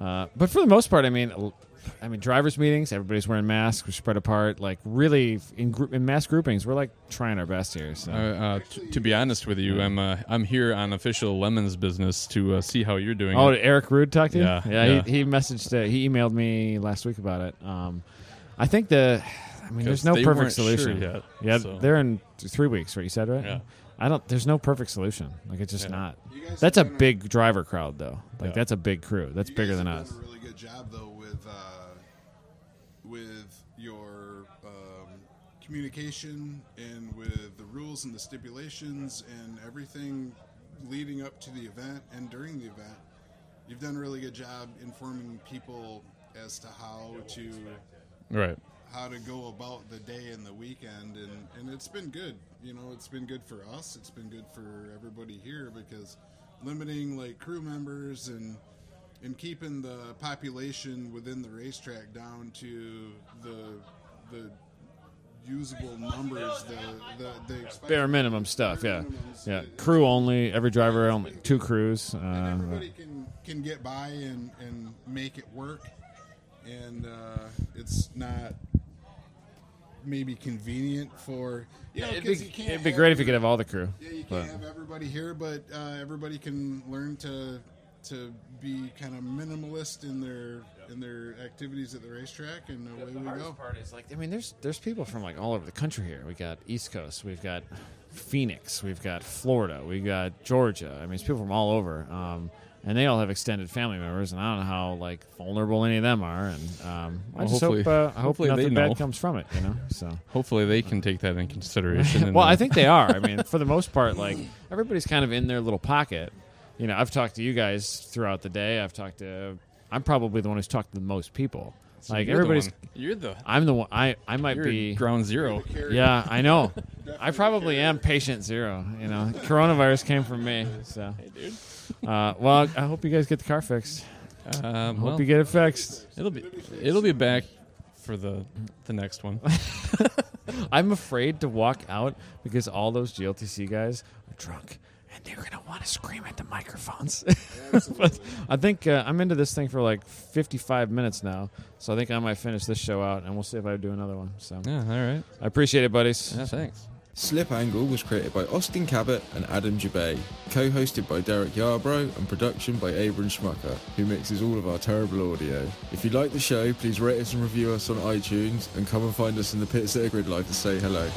[SPEAKER 1] uh, but for the most part, I mean, l- I mean, drivers' meetings. Everybody's wearing masks. We're spread apart. Like really, f- in group in mass groupings, we're like trying our best here. So
[SPEAKER 9] Uh, uh, t- to be honest with you, I'm uh, I'm here on official lemons business to uh, see how you're doing.
[SPEAKER 1] Oh,
[SPEAKER 9] it.
[SPEAKER 1] did Eric Rude talk to you?
[SPEAKER 9] Yeah,
[SPEAKER 1] yeah.
[SPEAKER 9] yeah.
[SPEAKER 1] He, he messaged, uh, he emailed me last week about it. Um, I think the, I mean,
[SPEAKER 9] 'Cause
[SPEAKER 1] there's no
[SPEAKER 9] they
[SPEAKER 1] perfect
[SPEAKER 9] weren't sure
[SPEAKER 1] solution.
[SPEAKER 9] yet,
[SPEAKER 1] yeah,
[SPEAKER 9] so.
[SPEAKER 1] they're in th- three weeks. What you said, right?
[SPEAKER 9] Yeah.
[SPEAKER 1] I don't. There's no perfect solution. Like it's just not.
[SPEAKER 10] You guys
[SPEAKER 1] That's a
[SPEAKER 10] have done a-
[SPEAKER 1] big driver crowd, though. Like
[SPEAKER 9] Yeah.
[SPEAKER 1] that's a big crew. That's
[SPEAKER 10] You
[SPEAKER 1] bigger
[SPEAKER 10] guys
[SPEAKER 1] than
[SPEAKER 10] have
[SPEAKER 1] us.
[SPEAKER 10] done A really good job though with uh, with your um, communication and with the rules and the stipulations and everything leading up to the event and during the event. You've done a really good job informing people as to how to
[SPEAKER 9] Right.
[SPEAKER 10] how to go about the day and the weekend and, and it's been good you know it's been good for us it's been good for everybody here because limiting like crew members and and keeping the population within the racetrack down to the the usable numbers the the, the expected-
[SPEAKER 1] Bare minimum stuff. Yeah,
[SPEAKER 10] minimums,
[SPEAKER 1] yeah.
[SPEAKER 10] it-
[SPEAKER 1] Crew only. Every driver only. Two crews. Uh,
[SPEAKER 10] everybody can can get by and and make it work and uh, it's not maybe convenient for you know,
[SPEAKER 1] it'd
[SPEAKER 10] 'cause you
[SPEAKER 1] be,
[SPEAKER 10] can't
[SPEAKER 1] it'd be
[SPEAKER 10] have
[SPEAKER 1] great if you
[SPEAKER 10] your-
[SPEAKER 1] could have all the crew.
[SPEAKER 10] yeah, you
[SPEAKER 1] but-
[SPEAKER 10] can't have everybody here, but uh, everybody can learn to to be kind of minimalist in their in their activities at the racetrack, and away we go.
[SPEAKER 1] part is like, I mean, there's there's people from like all over the country here. We got East Coast, we've got Phoenix, we've got Florida, we got Georgia. I mean, it's people from all over, um, and they all have extended family members, and I don't know how like vulnerable any of them are. And um, I
[SPEAKER 9] Well,
[SPEAKER 1] just
[SPEAKER 9] hopefully-
[SPEAKER 1] hope uh, I hope
[SPEAKER 9] hopefully they
[SPEAKER 1] nothing
[SPEAKER 9] know.
[SPEAKER 1] bad comes from it. You know, so.
[SPEAKER 9] Hopefully, they can take that in consideration. and
[SPEAKER 1] well,
[SPEAKER 9] then-
[SPEAKER 1] I think they are. I mean, for the most part, like everybody's kind of in their little pocket. You know, I've talked to you guys throughout the day. I've talked to. I'm probably the one who's talked to the most people.
[SPEAKER 9] So
[SPEAKER 1] like
[SPEAKER 9] you're the
[SPEAKER 1] everybody's.
[SPEAKER 9] one- You're the.
[SPEAKER 1] I'm the one. I I might
[SPEAKER 9] You're
[SPEAKER 1] be
[SPEAKER 9] ground zero.
[SPEAKER 1] Yeah, I know. I probably am patient zero. You know, coronavirus came from me. So, Uh, well, I hope you guys get the car fixed.
[SPEAKER 9] Um,
[SPEAKER 1] hope
[SPEAKER 9] well,
[SPEAKER 1] you get it fixed.
[SPEAKER 9] it'll be it'll be back for the the next one.
[SPEAKER 1] I'm afraid to walk out because all those GLTC guys are drunk and they're gonna want to scream at the microphones. but I think uh, I'm into this thing for like 55 minutes now, so I think I might finish this show out and we'll see if I do another one. So,
[SPEAKER 9] yeah, all right.
[SPEAKER 1] I appreciate it, buddies.
[SPEAKER 9] Yeah, thanks.
[SPEAKER 11] Slip Angle was created by Austin Cabot and Adam Jabay, co hosted by Derek Yarbrough and production by Abram Schmucker, who mixes all of our terrible audio. If you like the show, please rate us and review us on iTunes and come and find us in the pits that are grid live to say hello.